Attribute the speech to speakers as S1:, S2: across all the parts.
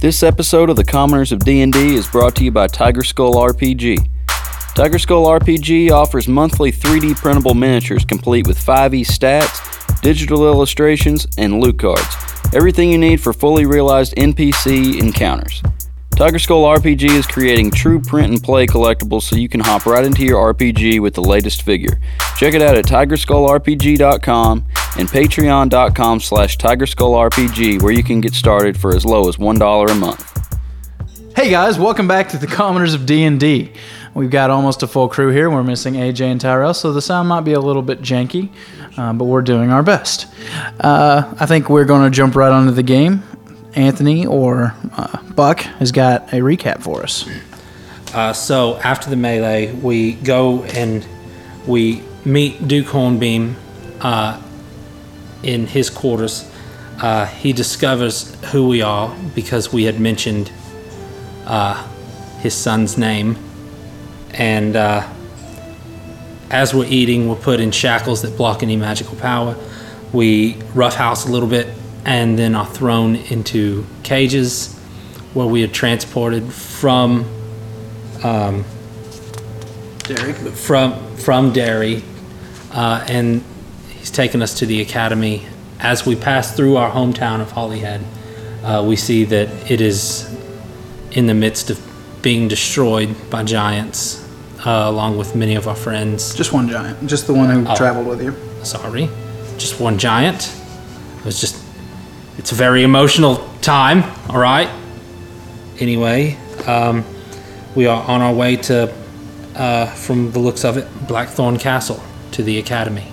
S1: This episode of the Commoners of D&D is brought to you by Tiger Skull RPG. Tiger Skull RPG offers monthly 3D printable miniatures complete with 5e stats, digital illustrations, and loot cards. Everything you need for fully realized NPC encounters. Tiger Skull RPG is creating true print and play collectibles so you can hop right into your RPG with the latest figure. Check it out at tigerskullrpg.com and patreon.com slash tigerskullrpg where you can get started for as low as $1 a month.
S2: Hey guys, welcome back to the Commoners of D&D. We've got almost a full crew here. We're missing AJ and Tyrell, so the sound might be a little bit janky, uh, but we're doing our best. Uh, I think we're going to jump right onto the game. Anthony or uh, Buck has got a recap for us.
S3: Uh, so after the melee, we go and we meet Duke Hornbeam uh, in his quarters. Uh, he discovers who we are because we had mentioned uh, his son's name. And uh, as we're eating, we're put in shackles that block any magical power. We roughhouse a little bit and then are thrown into cages where we are transported from from from Derry, uh, and he's taken us to the academy. As we pass through our hometown of Holyhead, uh, we see that it is in the midst of being destroyed by giants, uh, along with many of our friends.
S2: Just one giant, just the one who traveled with you.
S3: Sorry, just one giant. It was just. It's a very emotional time. All right. Anyway, um, we are on our way to, uh, from the looks of it, Blackthorn Castle to the academy.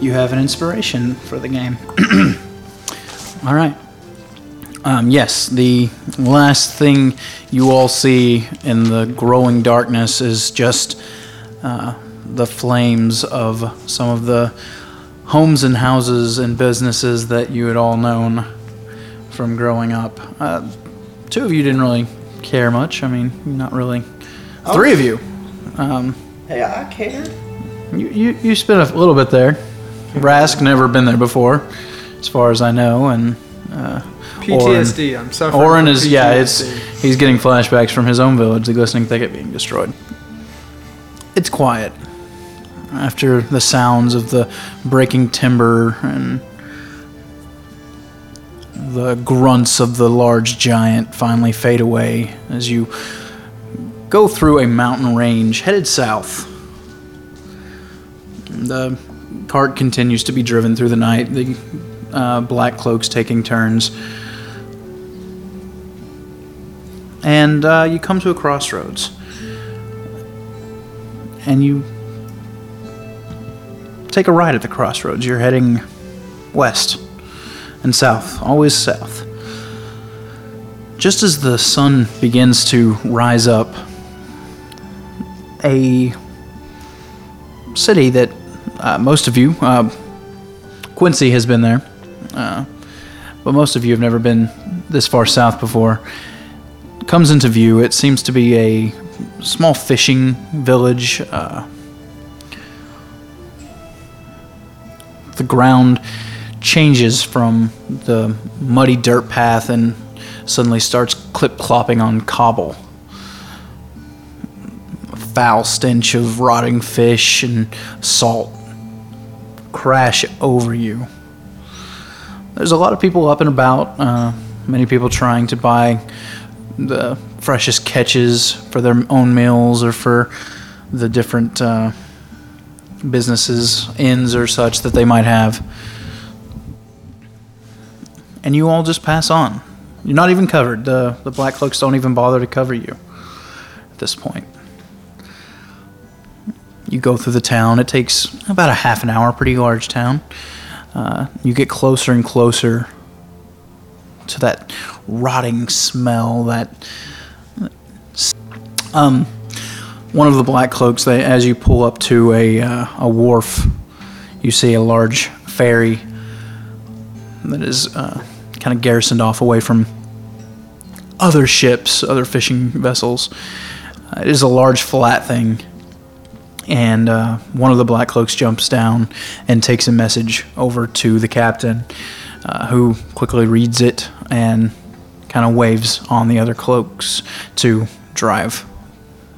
S2: You have an inspiration for the game. all right. Um, yes, the last thing you all see in the growing darkness is just uh, the flames of some of the homes and houses and businesses that you had all known from growing up. Uh, two of you didn't really care much. I mean, not really. Three of you.
S4: Oh.
S2: Um,
S4: Hey, I care.
S2: You, you, you spent a little bit there. Rask never been there before, as far as I know, and uh,
S4: PTSD. I'm suffering.
S2: Orin
S4: from
S2: is yeah, it's
S4: PTSD.
S2: he's getting flashbacks from his own village, the glistening thicket being destroyed. It's quiet after the sounds of the breaking timber and the grunts of the large giant finally fade away as you go through a mountain range headed south. The cart continues to be driven through the night, the uh, black cloaks taking turns. and uh, you come to a crossroads and you take a ride at the crossroads you're heading west and south always south just as the sun begins to rise up a city that uh, most of you uh, quincy has been there uh, but most of you have never been this far south before comes into view. It seems to be a small fishing village. Uh, the ground changes from the muddy dirt path and suddenly starts clip clopping on cobble. Foul stench of rotting fish and salt crash over you. There's a lot of people up and about, uh, many people trying to buy the freshest catches for their own meals or for the different uh, businesses, inns, or such that they might have. And you all just pass on. You're not even covered. The, the black cloaks don't even bother to cover you at this point. You go through the town. It takes about a half an hour, pretty large town. Uh, you get closer and closer to that rotting smell that um one of the black cloaks they as you pull up to a uh, a wharf you see a large ferry that is uh, kind of garrisoned off away from other ships other fishing vessels Uh, it is a large flat thing and uh, one of the black cloaks jumps down and takes a message over to the captain, uh, who quickly reads it and kind of waves on the other cloaks to drive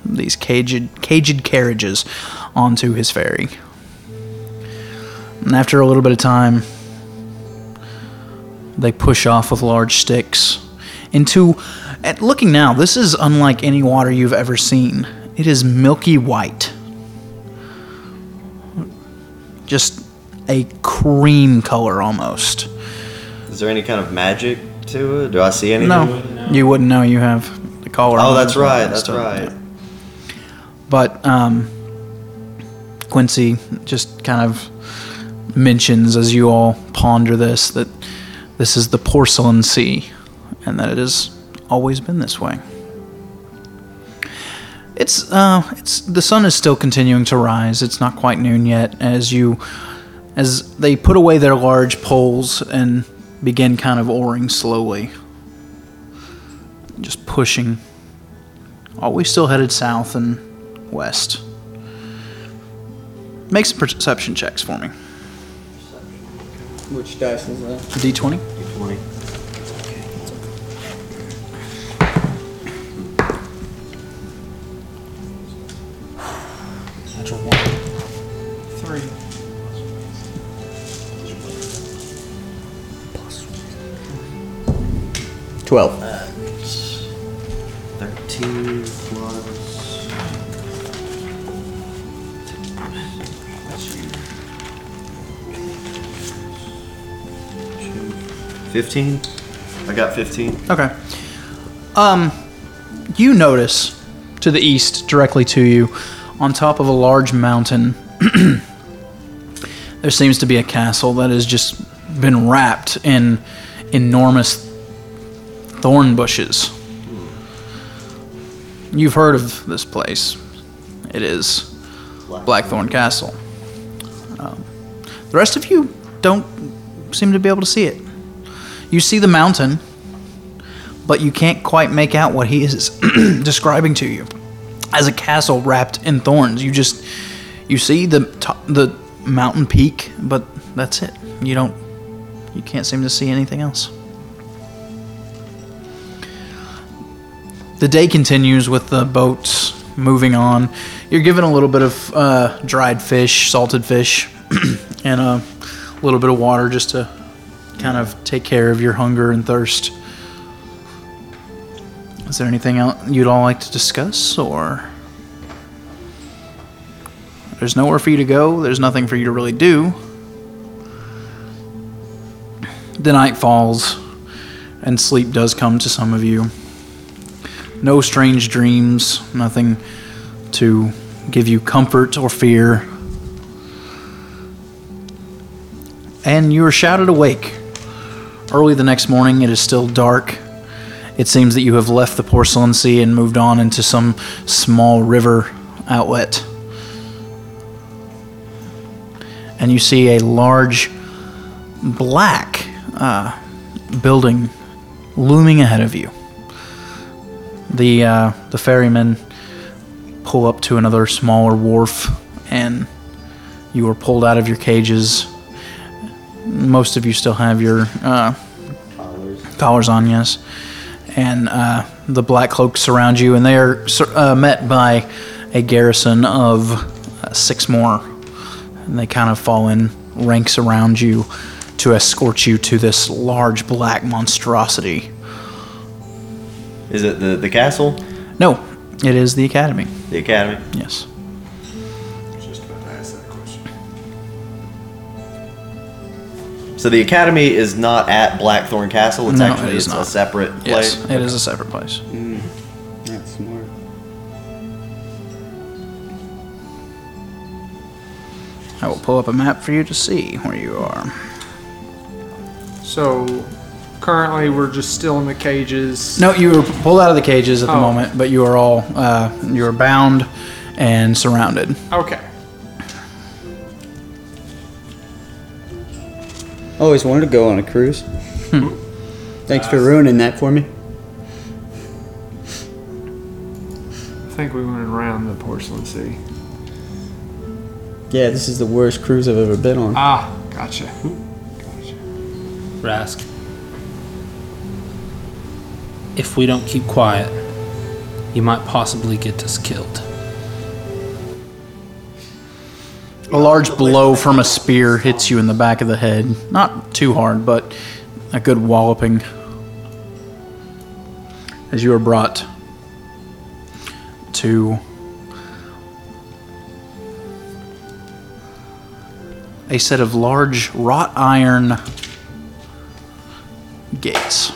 S2: these caged, caged carriages onto his ferry. And after a little bit of time, they push off with large sticks into. At looking now, this is unlike any water you've ever seen. It is milky white. Just a cream color almost.
S4: Is there any kind of magic to it? Do I see anything?
S2: No, you wouldn't know you have the collar.
S4: Oh,
S2: on
S4: that's
S2: and all
S4: right.
S2: that
S4: That's
S2: stuff.
S4: right.
S2: But um, Quincy just kind of mentions as you all ponder this that this is the porcelain sea and that it has always been this way. It's uh it's the sun is still continuing to rise. It's not quite noon yet as you as they put away their large poles and begin kind of oaring slowly. Just pushing always still headed south and west. Make some perception checks for me.
S5: Which dice is that?
S2: D20.
S4: Twenty.
S6: Three.
S5: Twelve.
S4: Thirteen plus. Fifteen. I got fifteen.
S2: Okay. Um, you notice to the east, directly to you, on top of a large mountain, there seems to be a castle that has just been wrapped in enormous thorn bushes. You've heard of this place. It is Blackthorn Castle. Um, the rest of you don't seem to be able to see it. You see the mountain, but you can't quite make out what he is describing to you as a castle wrapped in thorns. You just you see the top, the mountain peak, but that's it. You don't you can't seem to see anything else. The day continues with the boats moving on. You're given a little bit of uh, dried fish, salted fish, and a little bit of water just to kind of take care of your hunger and thirst. Is there anything else you'd all like to discuss, or there's nowhere for you to go? There's nothing for you to really do. The night falls, and sleep does come to some of you. No strange dreams, nothing to give you comfort or fear. And you are shouted awake. Early the next morning, it is still dark, it seems that you have left the porcelain sea and moved on into some small river outlet. And you see a large black uh, building looming ahead of you. The, uh, the ferrymen pull up to another smaller wharf, and you are pulled out of your cages. Most of you still have your uh, collars on, yes and uh, the black cloaks surround you, and they are sur- uh, met by a garrison of uh, six more, and they kind of fall in ranks around you to escort you to this large black monstrosity.
S4: Is it the the castle?
S2: No, it is the academy.
S4: The academy.
S2: Yes.
S7: Just about to ask that question.
S4: So the academy is not at Blackthorn Castle. It's
S2: No,
S4: actually
S2: it is
S4: it's a
S2: not.
S4: separate
S2: Yes,
S4: place.
S2: it is a separate place.
S5: Mm. That's smart.
S2: I will pull up a map for you to see where you are.
S6: So currently we're just still in the cages.
S2: No, you were pulled out of the cages at the
S6: Oh.
S2: moment, but you are all uh, you are bound and surrounded.
S6: Okay.
S5: Always wanted to go on a cruise. Thanks for ruining that for me.
S6: I think we went around the porcelain sea.
S5: Yeah, this is the worst cruise I've ever been on.
S6: Ah, gotcha.
S8: Rask.
S3: If we don't keep quiet, you might possibly get us killed.
S2: A large blow from a spear hits you in the back of the head. Not too hard, but a good walloping. As you are brought to a set of large wrought iron gates.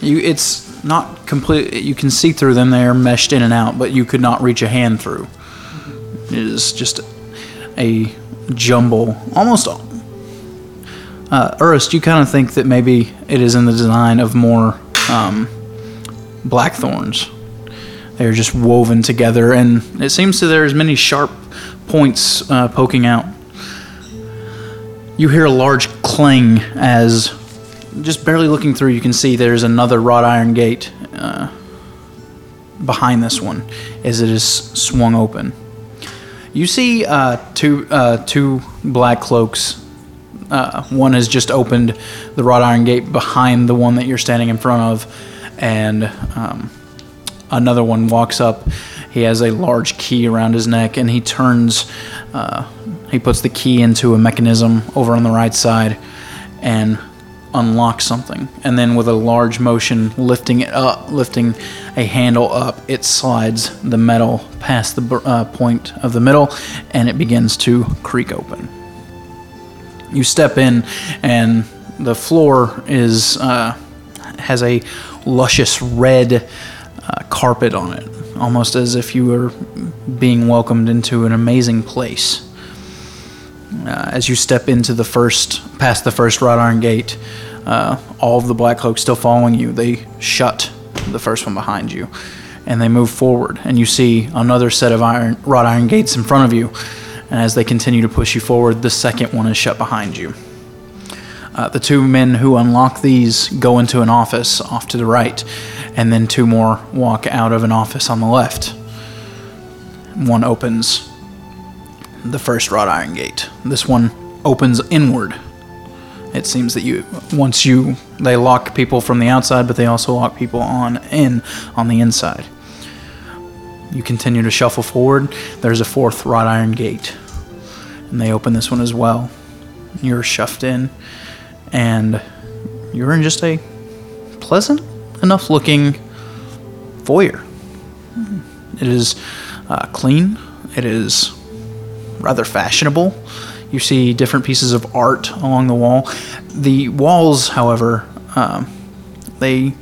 S2: You, it's not complete. You can see through them; they are meshed in and out, but you could not reach a hand through. It is just a jumble, almost. Uh, Urst, you kind of think that maybe it is in the design of more um, blackthorns. They're just woven together, and it seems that there are as many sharp points uh, poking out. You hear a large clang as, just barely looking through, you can see there's another wrought iron gate uh, behind this one as it is swung open. You see uh, two uh, two black cloaks. Uh, one has just opened the wrought iron gate behind the one that you're standing in front of, and um, another one walks up. He has a large key around his neck, and he turns. Uh, he puts the key into a mechanism over on the right side, and unlocks something. And then, with a large motion, lifting it up, lifting a handle up, it slides the metal past the br- uh, point of the middle, and it begins to creak open. You step in, and the floor is uh, has a luscious red uh, carpet on it, almost as if you were being welcomed into an amazing place. Uh, as you step into the first, past the first wrought iron gate, uh, all of the black cloaks still following you. They shut the first one behind you, and they move forward. And you see another set of iron wrought iron gates in front of you. And as they continue to push you forward, the second one is shut behind you. Uh, the two men who unlock these go into an office off to the right, and then two more walk out of an office on the left. One opens the first wrought iron gate. This one opens inward. It seems that you once you they lock people from the outside, but they also lock people on in on the inside. You continue to shuffle forward. There's a fourth wrought iron gate, and they open this one as well. You're shoved in, and you're in just a pleasant enough looking foyer. It is uh, clean. It is rather fashionable. You see different pieces of art along the wall. The walls, however, um, they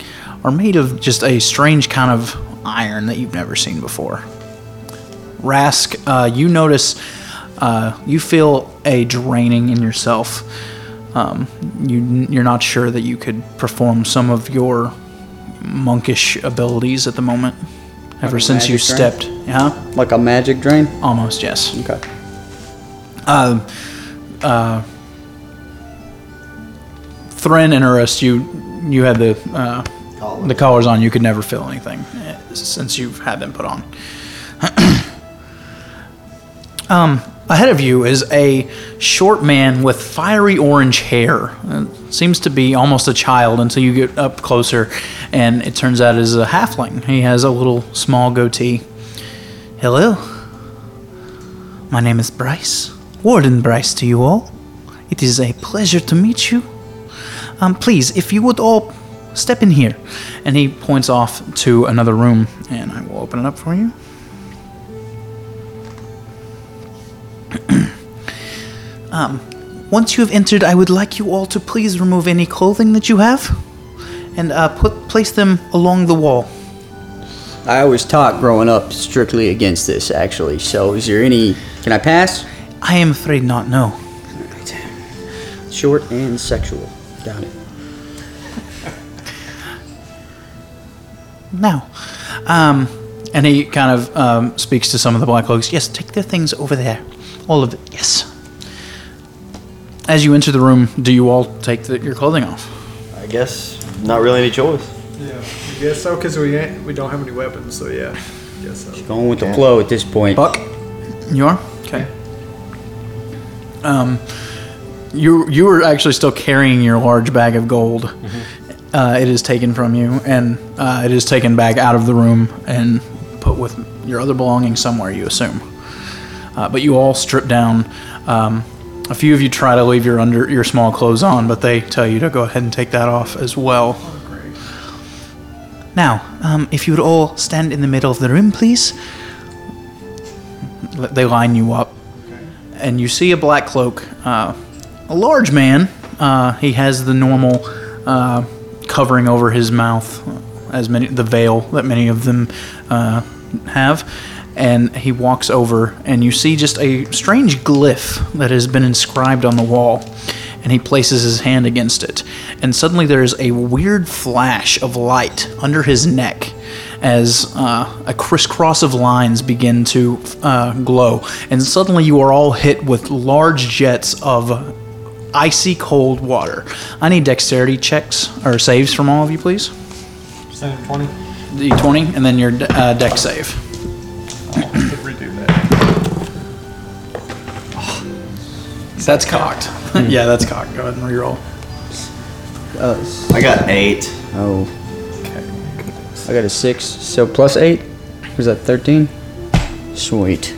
S2: are made of just a strange kind of iron that you've never seen before. Rask, uh, you notice, uh, you feel a draining in yourself. Um, you, you're not sure that you could perform some of your monkish abilities at the moment. Ever since you
S5: magic, right?
S2: stepped, yeah,
S5: Like a magic drain?
S2: almost yes.
S5: Okay.
S2: Um, uh, Thren and Arist, you you had the uh, the collars on. You could never feel anything eh, since you've had them put on. um, Um, ahead of you is a short man with fiery orange hair. Uh, seems to be almost a child until you get up closer, and it turns out is a halfling. He has a little small goatee. Hello. My name is Bryce. Warden Bryce to you all. It is a pleasure to meet you. Um, please, if you would all step in here. And he points off to another room, and I will open it up for you. um, once you have entered, I would like you all to please remove any clothing that you have and uh, put, place them along the wall.
S5: I was taught growing up strictly against this, actually. So, is there any? Can I pass?
S2: I am afraid not, no.
S5: Short and sexual. Got it.
S2: Now, um, and he kind of um, speaks to some of the black cloaks. Yes, take their things over there, all of it. Yes. As you enter the room, do you all take the, your clothing off?
S4: I guess not really any choice.
S6: Yeah, I guess so, because we, ain't- we don't have any weapons, so yeah. Guess so.
S5: Going with the flow at this point.
S2: Buck, you are okay. Um, you you were actually still carrying your large bag of gold, uh, it is taken from you, and uh, it is taken back out of the room and put with your other belongings somewhere, you assume. Uh, but you all strip down. Um, a few of you try to leave your under your small clothes on, but they tell you to go ahead and take that off as well. Now, um, if you would all stand in the middle of the room, please. L- They line you up, and you see a black cloak, uh, a large man. Uh, he has the normal uh, covering over his mouth, as many the veil that many of them uh, have. And he walks over, and you see just a strange glyph that has been inscribed on the wall. And he places his hand against it, and suddenly there is a weird flash of light under his neck as uh, a crisscross of lines begin to uh, glow, and suddenly you are all hit with large jets of icy cold water. I need dexterity checks or saves from all of you, please.
S9: Seven twenty.
S2: D20, and then your de- uh, deck save.
S9: Could redo that.
S2: That's cocked. yeah, that's cocked. Go ahead and reroll.
S5: Uh,
S4: I got eight.
S5: oh. I got a six. So plus eight? Was that 13? Sweet.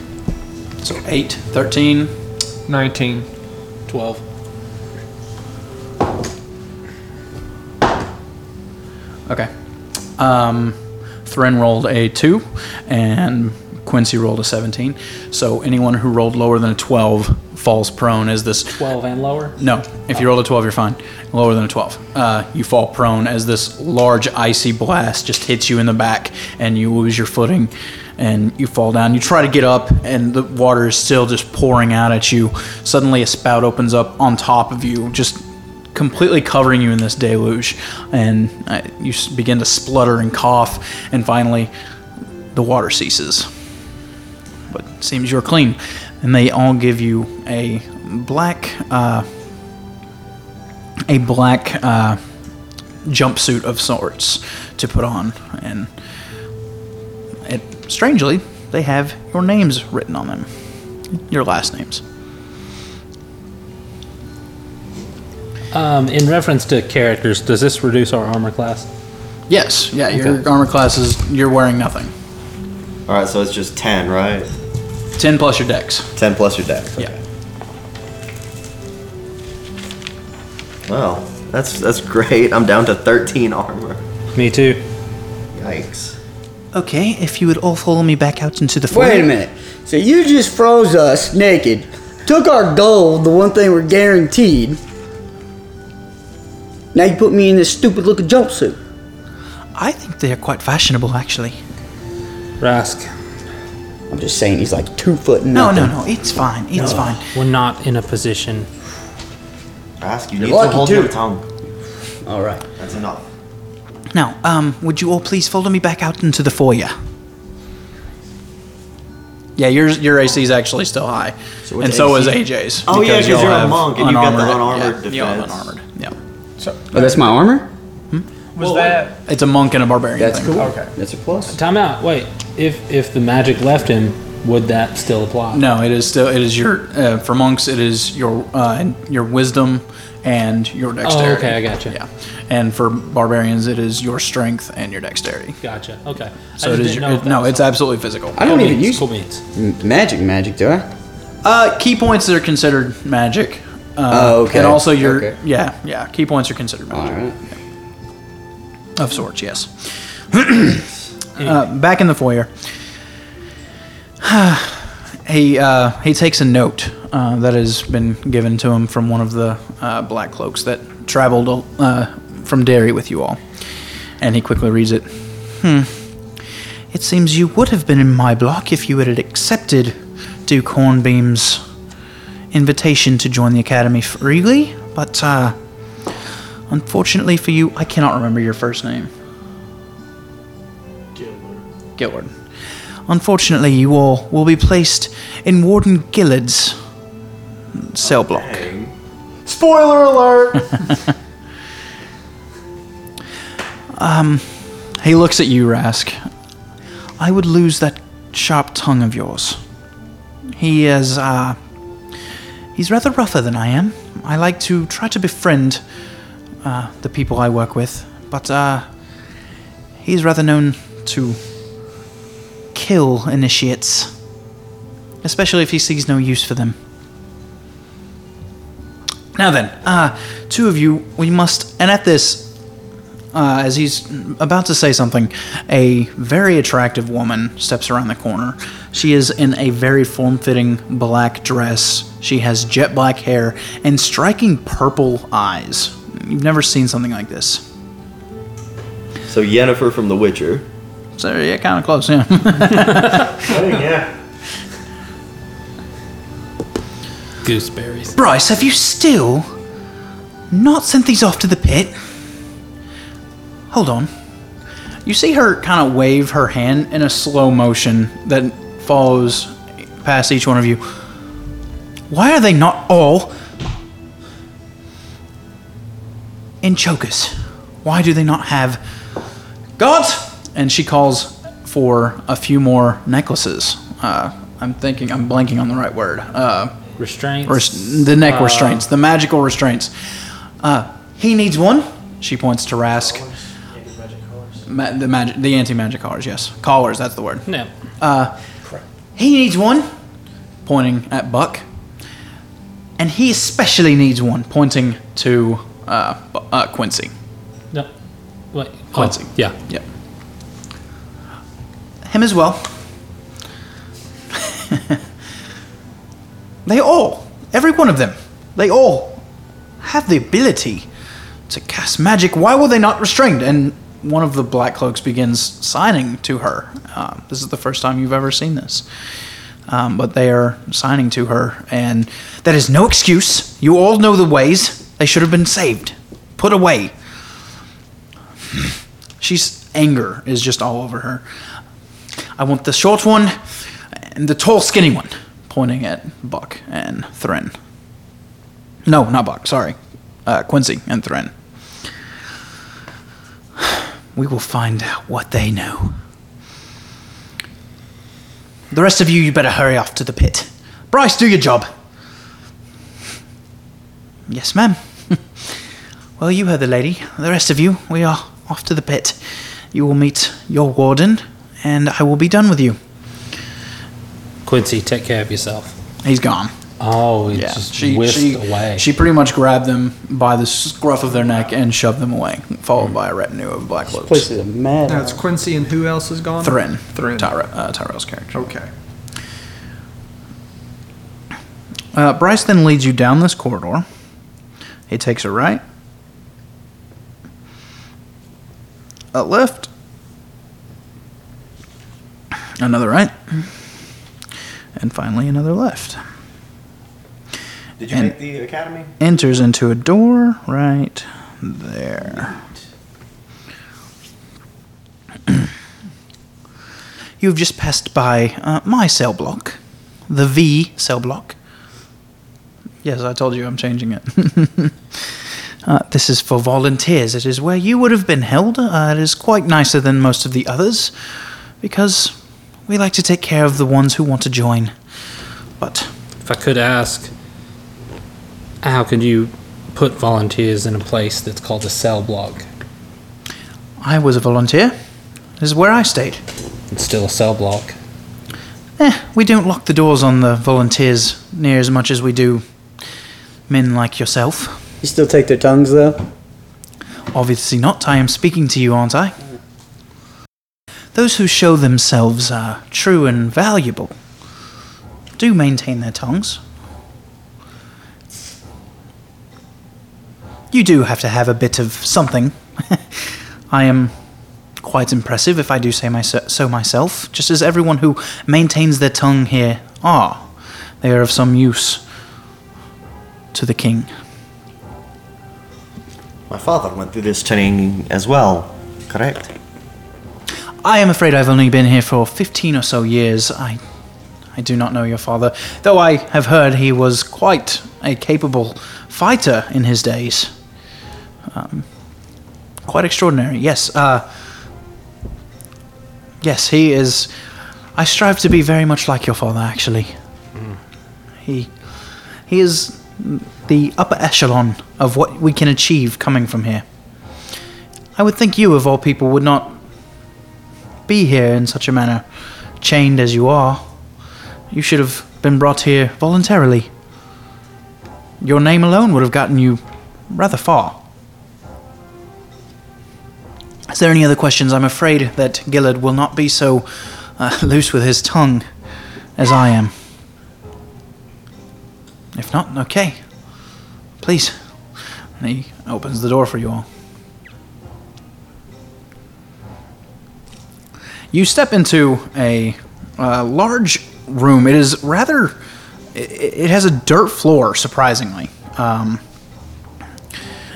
S2: So 8, 13,
S9: Nineteen.
S3: 12.
S2: Okay. Um, Thren rolled a 2, and Quincy rolled a 17. So anyone who rolled lower than a 12 falls prone as this.
S3: 12 and lower?
S2: No, if you rolled a 12, you're fine. Lower than a 12. Uh, you fall prone as this large icy blast just hits you in the back, and you lose your footing, and you fall down. You try to get up, and the water is still just pouring out at you. Suddenly, a spout opens up on top of you, just completely covering you in this deluge, and uh, you s- begin to splutter and cough, and finally, the water ceases. But it seems you're clean, and they all give you a black, uh, a black uh, jumpsuit of sorts to put on, and it, strangely, they have your names written on them, your last names.
S3: Um, in reference to characters, does this reduce our armor class?
S2: Yes, yeah, your
S3: Okay.
S2: armor class is you're wearing nothing.
S4: All right, so it's just ten, right?
S2: Ten plus your dex.
S4: Ten plus your deck.
S2: Yeah.
S4: Wow, that's that's great. I'm down to thirteen armor.
S3: Me too.
S4: Yikes.
S2: Okay, if you would all follow me back out into the foyer.
S5: Wait a minute. So you just froze us naked, took our gold, the one thing we're guaranteed. Now you put me in this stupid looking jumpsuit.
S2: I think they are quite fashionable, actually.
S3: Rask,
S5: I'm just saying he's like two foot and
S2: No,
S5: nothing.
S2: no, no, it's fine, it's fine.
S3: we're not in a position.
S4: Ask you need
S5: You're
S4: to
S5: lucky,
S4: hold
S5: too.
S4: your tongue.
S5: All right.
S4: That's enough.
S2: Now, um, would you all please follow me back out into the foyer? Yeah, your your AC is actually still high,
S4: what's
S2: and so is
S4: AC?
S2: AJ's.
S4: Oh, yeah, 'cause
S2: y'all
S4: you're a
S2: have
S4: monk and you've got the
S2: unarmored- yeah,
S4: unarmored
S2: y'all have
S4: defense.
S2: unarmored, Yeah,
S5: Oh, that's my armor?
S10: Was that
S2: it's a monk and a barbarian.
S5: That's
S2: thing.
S5: cool.
S10: Okay.
S5: That's a plus.
S3: Time out. Wait. If if the magic left him, would that still apply?
S2: No, it is still it is your uh, for monks. It is your uh, your wisdom and your dexterity.
S3: Oh, okay, I gotcha.
S2: Yeah, and for barbarians, it is your strength and your dexterity.
S3: Gotcha. Okay.
S2: So it is your, it- no, it's absolutely physical.
S5: I don't even use
S3: cool beans.
S5: m- magic, magic, do I?
S2: Uh, key points are considered magic. Uh,
S5: Oh, okay.
S2: And also your
S5: Okay.
S2: yeah yeah key points are considered
S5: All
S2: magic
S5: right.
S2: of sorts. Yes. uh, back in the foyer, he uh, he takes a note uh, that has been given to him from one of the uh, black cloaks that traveled uh, from Derry with you all, and he quickly reads it. Hmm. It seems you would have been in my block if you had accepted Duke Hornbeam's invitation to join the academy freely, but uh, unfortunately for you, I cannot remember your first name. Gillard. Unfortunately, you all will be placed in Warden Gillard's cell block.
S10: spoiler alert?
S2: Um, He looks at you, Rask. I would lose that sharp tongue of yours. He is, uh. He's rather rougher than I am. I like to try to befriend uh, the people I work with, but uh, he's rather known to kill initiates, especially if he sees no use for them. Now then, uh, two of you, we must. And at this, uh, as he's about to say something, a very attractive woman steps around the corner. She is in a very form fitting black dress. She has jet black hair and striking purple eyes. You've never seen something like this.
S4: So Yennefer from The Witcher.
S2: So, yeah, kind of close, yeah.
S6: yeah.
S3: Gooseberries.
S2: Bryce, have you still not sent these off to the pit? Hold on. You see her kind of wave her hand in a slow motion that follows past each one of you. Why are they not all in chokers? Why do they not have guards? And she calls for a few more necklaces. Uh, I'm thinking, I'm blanking on the right word. Uh,
S3: Restraints.
S2: Res- the neck restraints, the magical restraints. Uh, he needs one. She points to Rask. Ma- the magic, the anti-magic collars. Yes, collars. That's the word.
S3: No.
S2: He needs one, pointing at Buck. And he especially needs one, pointing to uh, Bu- uh, Quincy.
S3: No. Wait. oh,
S2: Quincy.
S3: yeah.
S2: Yep. Him as well. they all, every one of them, they all have the ability to cast magic. Why were they not restrained? And one of the black cloaks begins signing to her. Um, this is the first time you've ever seen this. Um, but they are signing to her, and that is no excuse. You all know the ways. They should have been saved, put away, She's anger is just all over her. I want the short one and the tall, skinny one, pointing at Buck and Thren. No, not Buck. Sorry, uh, Quincy and Thren. We will find out what they know. The rest of you, you better hurry off to the pit. Bryce, do your job. Yes, ma'am. Well, you heard the lady. The rest of you, we are off to the pit. You will meet your warden, and I will be done with you.
S3: Quincy, take care of yourself.
S2: He's gone.
S3: Oh, it
S2: Yeah,
S3: just
S2: she
S3: whisked
S2: she,
S3: away.
S2: she pretty much grabbed them Mm, by the scruff of their neck and shoved them away, followed by a retinue of black
S5: Place
S2: cloaks.
S5: is a mad.
S6: Now it's Quincy and who else is gone?
S2: Thren,
S6: Thren.
S2: Tyra, uh, Tyrell's character.
S6: Okay.
S2: Uh, Bryce then leads you down this corridor. He takes a right, a left, another right, and finally another left.
S4: Did
S2: you And- make
S4: the academy?
S2: Enters into a door right there. You've just passed by uh, my cell block, the V cell block. Yes, I told you I'm changing it. Uh, this is for volunteers. It is where you would have been held. Uh, it is quite nicer than most of the others because we like to take care of the ones who want to join. But
S3: if I could ask, how could you put volunteers in a place that's called a cell block?
S2: I was a volunteer. This is where I stayed.
S3: It's still a cell block.
S2: Eh, we don't lock the doors on the volunteers near as much as we do men like yourself.
S5: You still take their tongues though?
S2: Obviously not. I am speaking to you, aren't I? Those who show themselves are true and valuable do maintain their tongues. You do have to have a bit of something. I am quite impressive, if I do say my, so myself, just as everyone who maintains their tongue here are. They are of some use to the king.
S4: My father went through this training as well, correct?
S2: I am afraid I've only been here for 15 or so years. I, I do not know your father, though I have heard he was quite a capable fighter in his days. Um, quite extraordinary, yes. Uh, yes, he is. I strive to be very much like your father, actually. He, he is the upper echelon of what we can achieve coming from here.
S11: I would think you, of all people, would not be here in such a manner, chained as you are. You should have been brought here voluntarily. Your name alone would have gotten you rather far. Is there any other questions? I'm afraid that Gillard will not be so uh, loose with his tongue as I am. If not, okay. Please. And he opens the door for you all. You step into a uh, large room. It is rather. It, it has a dirt floor, surprisingly. Um,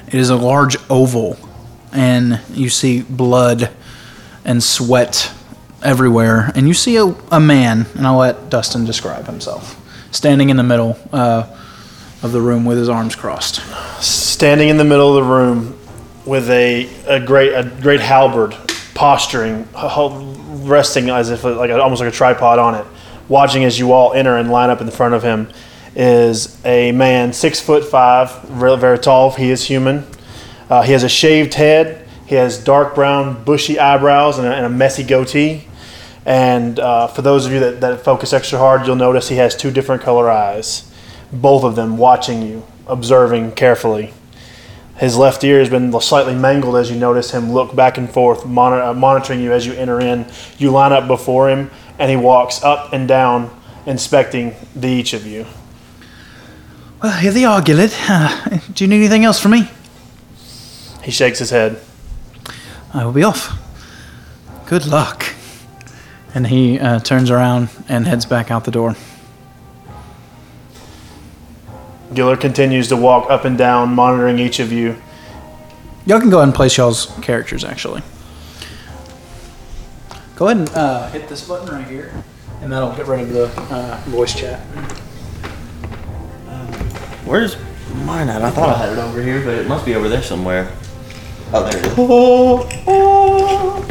S11: it is a large oval, and you see blood and sweat everywhere. And you see a, a man, and I'll let Dustin describe himself, standing in the middle uh, of the room with his arms crossed.
S6: standing in the middle of the room with a, a great a great halberd posturing h- h- resting as if like a, almost like a tripod on it watching as you all enter and line up in front of him is a man six foot five very, very tall he is human uh, he has a shaved head he has dark brown bushy eyebrows and a, and a messy goatee and uh, for those of you that, that focus extra hard you'll notice he has two different color eyes both of them watching you, observing carefully. His left ear has been slightly mangled as you notice him look back and forth, monitor, uh, monitoring you as you enter in. You line up before him, and he walks up and down, inspecting the each of you.
S11: Well, here they are, Gillard. Uh, do you need anything else from me?
S6: He shakes his head.
S11: I will be off. Good luck. And he uh, turns around and heads back out the door.
S6: Giller continues to walk up and down, monitoring each of you.
S11: Y'all can go ahead and place y'all's characters, actually. Go ahead and uh, hit this button right here, and that'll get rid of the uh, voice chat.
S4: Where's mine at? I thought I had it over here, but it must be over there somewhere. Oh, there it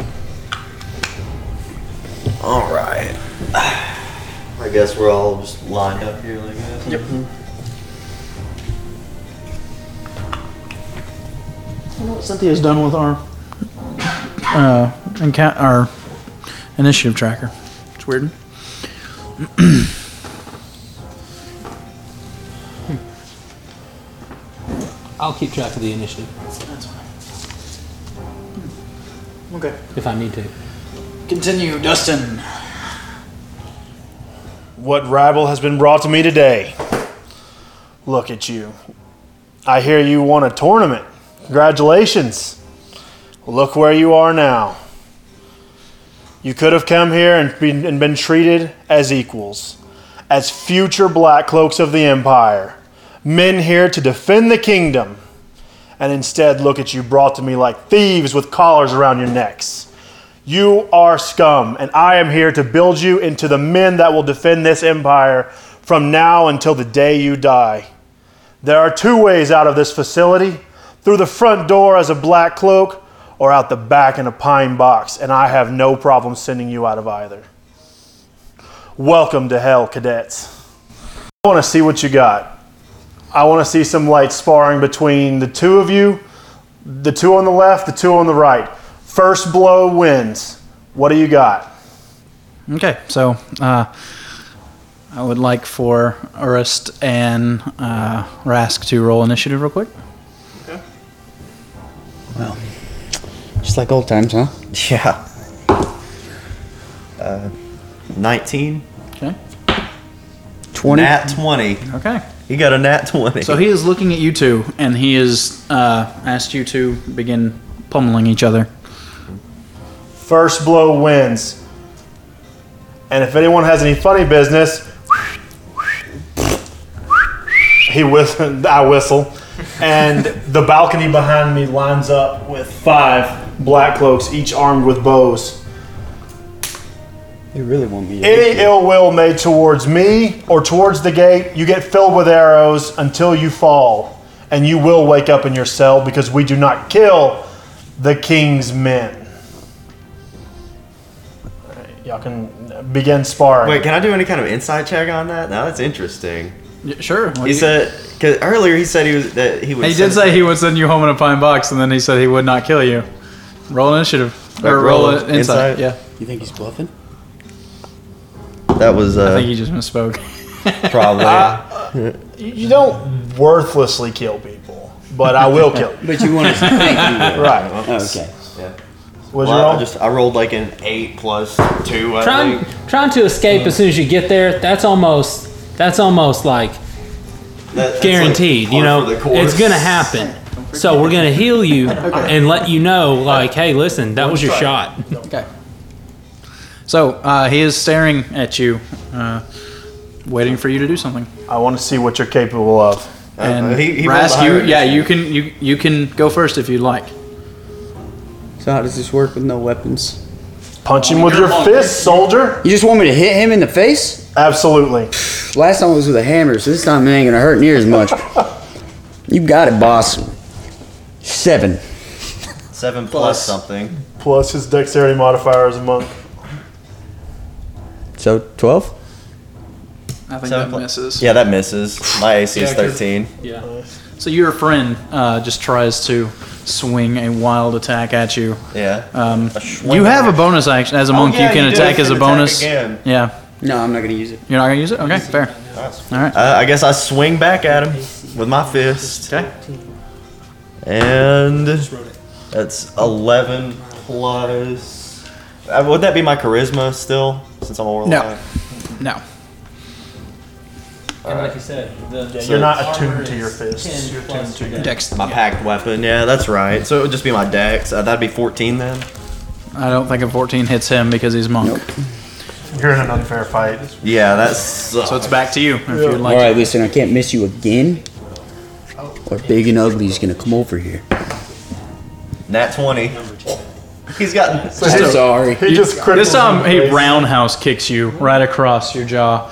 S4: is. All right. I guess we're all just lined up here like this. Yep.
S11: Cynthia's done with our uh, enca- our initiative tracker. It's weird.
S3: I'll keep track of the initiative
S11: Okay.
S3: if I need to.
S11: Continue, Dustin.
S6: What rival has been brought to me today? Look at you. I hear you won a tournament. Congratulations. Look where you are now. You could have come here and been, and been treated as equals, as future black cloaks of the empire, men here to defend the kingdom. And instead, look at you brought to me like thieves with collars around your necks. You are scum, and I am here to build you into the men that will defend this empire from now until the day you die. There are two ways out of this facility through the front door as a black cloak, or out the back in a pine box, and I have no problem sending you out of either. Welcome to hell, cadets. I want to see what you got. I want to see some light sparring between the two of you, the two on the left, the two on the right. First blow wins. What do you got?
S11: Okay, so uh, I would like for Arist and uh, Rask to roll initiative real quick.
S5: Just like old times, huh?
S4: Yeah. Uh, 19.
S11: Okay.
S5: 20.
S4: Nat 20.
S11: Okay.
S4: He got a nat 20.
S11: So he is looking at you two, and he is uh, asked you to begin pummeling each other.
S6: First blow wins. And if anyone has any funny business, he whistle, I whistle, and the balcony behind me lines up with five black cloaks, each armed with bows.
S5: They really want me to.
S6: Any ill will made towards me or towards the gate, you get filled with arrows until you fall, and you will wake up in your cell because we do not kill the king's men. All right, Y'all can begin sparring.
S4: Wait, can I do any kind of inside check on that? Now that's interesting.
S11: sure.
S4: He said, because earlier he said he was that he was.
S11: he did say he would send you home in a pine box, and then he said he would not kill you. Roll initiative.
S4: Like
S11: Or roll,
S4: roll
S11: it
S4: insight?
S11: insight. Yeah.
S5: You think he's bluffing?
S4: That was
S11: I
S4: uh,
S11: think he just misspoke.
S4: probably.
S6: You, you don't worthlessly kill people, but I will kill you.
S5: But you want to think you will.
S6: Right.
S5: Okay.
S6: Was
S4: Well, I
S6: your
S4: just I rolled like an eight plus two. I
S3: Trying
S4: think.
S3: trying to
S6: uh,
S3: escape as soon as you get there. That's almost that's almost like
S4: That- that's, like,
S3: guaranteed. you
S4: par
S3: know,
S4: for the course.
S3: it's gonna happen. So we're gonna heal you and let you know, like, hey, listen, that was your shot.
S11: Okay. So uh, he is staring at you, uh, waiting for you to do something.
S6: I want to see what you're capable of.
S11: And
S4: Uh, he- he rolled
S11: Rask,
S4: higher
S11: you,
S4: than
S11: yeah,
S4: that.
S11: you can you you can go first if you'd like.
S5: So how does this work with no weapons?
S6: Punch
S4: Oh,
S6: him with your fist, soldier.
S5: You just want me to hit him in the face?
S6: Absolutely.
S5: Last time was with a hammer, so this time it ain't gonna hurt near as much. you got it, boss. Seven.
S4: Seven plus,
S5: Plus.
S4: something.
S6: Plus his dexterity modifier as a monk.
S5: So twelve?
S11: I think
S4: Seven
S11: that
S4: pl-
S11: misses.
S4: Yeah, that misses. My AC is
S12: Yeah, 'cause-
S4: thirteen.
S11: So your friend uh, just tries to swing a wild attack at you.
S4: Yeah.
S11: Um,
S4: A swing
S11: you have a
S4: attack.
S11: bonus action as a
S4: Oh,
S11: monk.
S4: yeah,
S11: you can
S4: you do.
S11: attack
S4: You
S11: as a
S4: can attack
S11: bonus.
S4: again.
S11: Yeah,
S5: No, I'm not gonna use it.
S11: you're not gonna use it. Okay, fair. All right.
S4: Uh, I guess I swing back at him with my fist.
S11: Okay.
S4: And that's 11 plus. Uh, would that be my charisma still? Since I'm a warlock?
S11: No. No.
S3: And like you said, the
S6: You're not attuned to your fists. You're attuned to
S11: Dex.
S4: My packed weapon. Yeah, that's right. So it would just be my dex. Uh, that'd be 14 then.
S11: I don't think a 14 hits him because he's monk.
S6: You're in an unfair fight.
S4: Yeah, that's.
S11: So it's back to you if you'd like.
S5: All right, listen, I can't miss you again. Or Oh. Big and Ugly's gonna come over here.
S4: Nat 20. He's got.
S5: I'm sorry.
S6: He just critical.
S11: This um, time he roundhouse kicks you right across your jaw.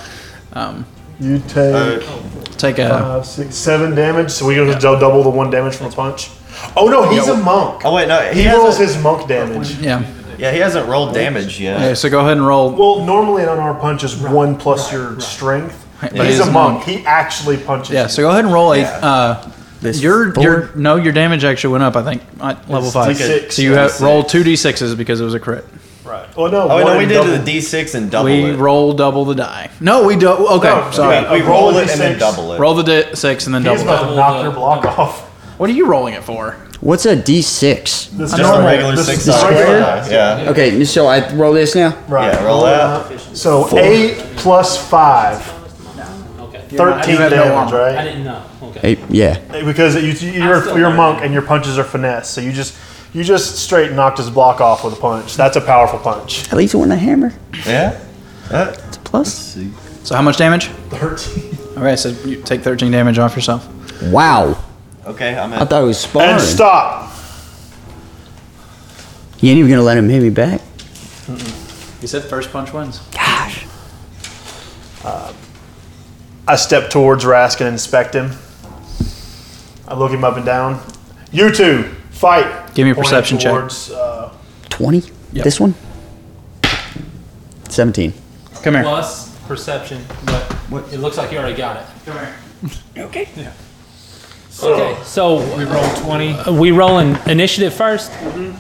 S6: You take
S4: Uh,
S11: Take a
S6: five, six, seven damage. So we gonna do- double the one damage from a punch. Oh no, he's a monk.
S4: Oh, wait, no. He, Oh,
S6: He rolls
S4: hasn't,
S6: his monk damage.
S11: yeah.
S4: yeah, he hasn't rolled damage yet.
S11: Okay, so go ahead and roll.
S6: Well, normally an unarmed punch is one plus your strength. But he's
S11: he's
S6: a
S11: a
S6: monk. He actually punches.
S11: Yeah.
S6: you.
S11: So go ahead and roll a. Uh,
S5: This
S11: your
S5: four-
S11: your no your damage actually went up I think at level
S6: It's
S11: five.
S6: D6,
S11: so you have
S4: D6.
S11: roll two d6s because it was a crit.
S6: Right. Oh no.
S4: Oh, wait,
S6: one
S4: no, we
S6: and
S4: did
S6: double.
S4: the D6 and double
S11: We
S4: it.
S11: roll double the die. No, we do. Okay,
S6: No,
S11: sorry.
S6: Oh, yeah.
S4: we
S6: a
S4: roll
S6: roll
S4: it and then
S6: D6.
S4: double it.
S11: Roll the di- six and then
S6: He's
S11: double.
S6: about to
S3: Double
S6: knock
S3: the-
S6: your block off.
S11: What are you rolling it for?
S5: What's a D6?
S6: This
S4: Just a
S6: normal-
S4: regular
S6: this
S4: six
S6: is
S4: sided
S6: regular.
S4: die. Yeah.
S5: Okay, so I roll this now.
S6: Right.
S4: Yeah, roll that.
S6: So eight plus five. Thirteen
S11: You have no
S6: damage,
S11: armor.
S3: I
S6: right?
S3: didn't know. Okay.
S5: Eight, yeah.
S6: Because you, you're you're a monk and your punches are finesse, so you just you just straight knocked his block off with a punch. That's a powerful punch.
S5: At least it wasn't a hammer.
S4: Yeah. Uh,
S5: It's a plus.
S11: So how much damage?
S6: Thirteen.
S11: Okay, so you take 13 damage off yourself.
S5: Wow.
S4: okay, I'm
S5: I
S4: at.
S5: thought it was sparring.
S6: And stop.
S5: You ain't even gonna let him hit me back?
S11: You said first punch wins.
S5: Gosh.
S6: I step towards Rask and inspect him. I look him up and down. You two, fight.
S11: Give me
S6: Pointing
S11: a perception check.
S6: towards, uh,
S5: 20?
S11: Yep.
S5: This one? 17.
S11: Come here.
S3: Plus perception, but it looks like you already got it. Come here. Okay. Okay. So we roll twenty. We rolling initiative first.
S6: I mean,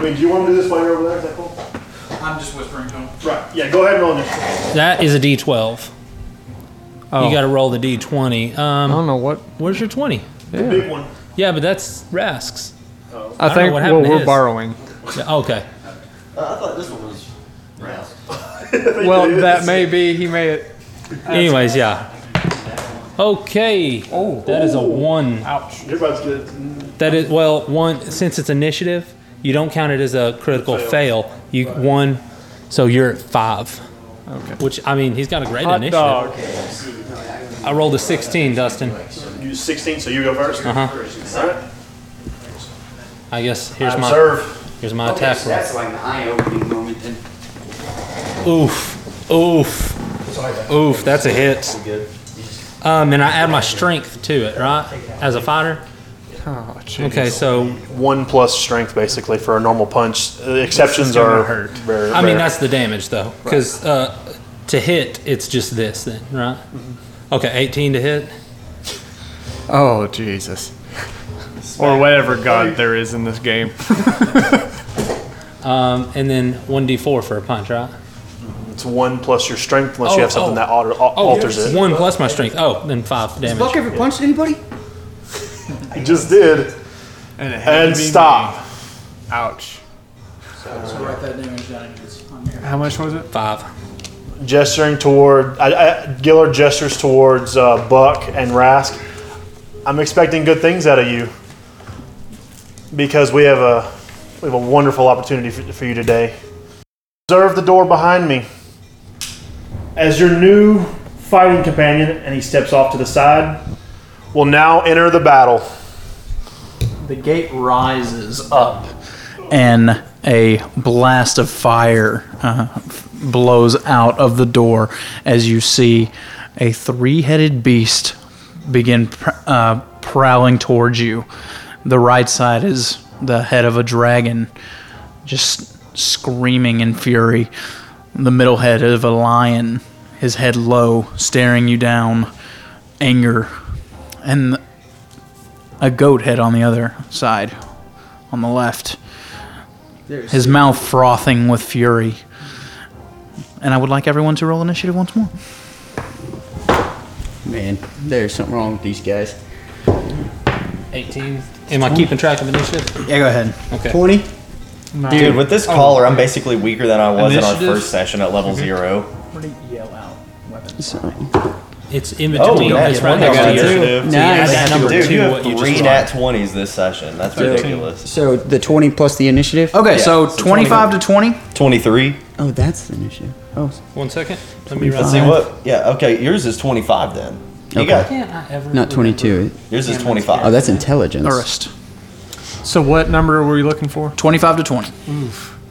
S6: do you want to do this while you're over there? Is that cool?
S11: I'm just whispering to him.
S6: Right. Yeah. Go ahead and roll initiative.
S3: That is a D twelve.
S13: Oh.
S3: You got to roll the D twenty.
S13: I
S3: Um,
S13: don't know what.
S3: where's your twenty?
S6: Big one.
S3: Yeah, but that's Rask's.
S13: I,
S3: know
S13: think well
S3: what happened to
S13: we're
S3: his.
S13: borrowing.
S3: Yeah, Okay.
S4: I thought this one was.
S13: Well, that may be. He may.
S3: Anyways, yeah. Okay. Oh, that is a one.
S6: Everybody's good.
S3: That is well one since it's initiative, you don't count it as a critical fail. You one, so you're at five.
S13: Okay.
S3: Which I mean, he's got a great
S13: Hot
S3: initiative.
S13: dog.
S3: I rolled a 16, Dustin.
S6: You 16, so you go 1st
S3: Uh-huh.
S6: All right.
S3: I guess here's my
S6: Observe.
S3: here's my attack roll.
S5: like an eye opening moment then.
S3: Oof, oof, oof. That's a hit. Um, and I add my strength to it, right? As a fighter.
S13: Oh, jeez.
S3: Okay, so
S6: One plus strength, basically, for a normal punch. Uh, The exceptions are hurt. Very,
S3: I mean
S6: rare.
S3: that's the damage though, because uh, to hit it's just this then, right?
S13: Mm-hmm.
S3: Okay, 18 to hit.
S13: Oh, Jesus. Or whatever god there is in this game.
S3: Um, and then 1d4 for a punch, right?
S6: It's one plus your strength unless
S3: Oh,
S6: you have something
S3: oh.
S6: that alter, al- alters it.
S3: One plus my strength. Oh, then five damage.
S5: Buck ever punched anybody?
S6: I just did.
S13: And, it had to
S6: And
S13: be me.
S6: stop.
S13: Ouch.
S11: So write that damage down. It's on here.
S13: How much was it?
S3: Five.
S6: Gesturing toward. I, I, Gillard gestures towards uh, Buck and Rask. I'm expecting good things out of you because we have a we have a wonderful opportunity for, for you today. Observe the door behind me as your new fighting companion, and he steps off to the side. Will now enter the battle.
S11: The gate rises up, and a blast of fire uh, f- blows out of the door as you see a three headed beast begin pr- uh, prowling towards you. The right side is the head of a dragon, just screaming in fury. The middle head of a lion, his head low, staring you down, anger. And a goat head on the other side, on the left. His mouth frothing with fury. And I would like everyone to roll initiative once more.
S5: Man, there's something wrong with these guys.
S3: 18. Am I keeping track of initiative?
S11: Yeah, go ahead.
S3: Okay.
S5: 20?
S4: Dude, with this collar, I'm basically weaker than I was in our
S3: Initiative?
S4: first session at level zero.
S11: yell out weapons.
S5: So,
S3: It's in between.
S4: Oh, that's
S3: it's right
S4: right.
S3: next to
S4: I got
S3: yours.
S4: initiative.
S5: Nice. Add
S3: that number
S4: Dude,
S3: to
S4: you have
S3: what you just
S4: three
S3: rolled.
S4: nat 20s this session. That's ridiculous.
S5: so the 20 plus the initiative?
S11: Okay,
S4: Yeah,
S11: so,
S4: so
S11: 25 to 20.
S4: 23.
S5: Oh, that's the initiative. Oh,
S3: One second. Let me
S4: Let's
S3: run
S4: see
S3: that.
S4: what. Yeah, okay. Yours is 25 then. You
S5: Okay.
S4: got.
S3: Can't I ever
S5: not 22.
S4: Yours is
S5: Oh,
S4: 25.
S5: that's intelligence.
S11: Arrest.
S13: So what number were we looking for?
S11: 25 to 20.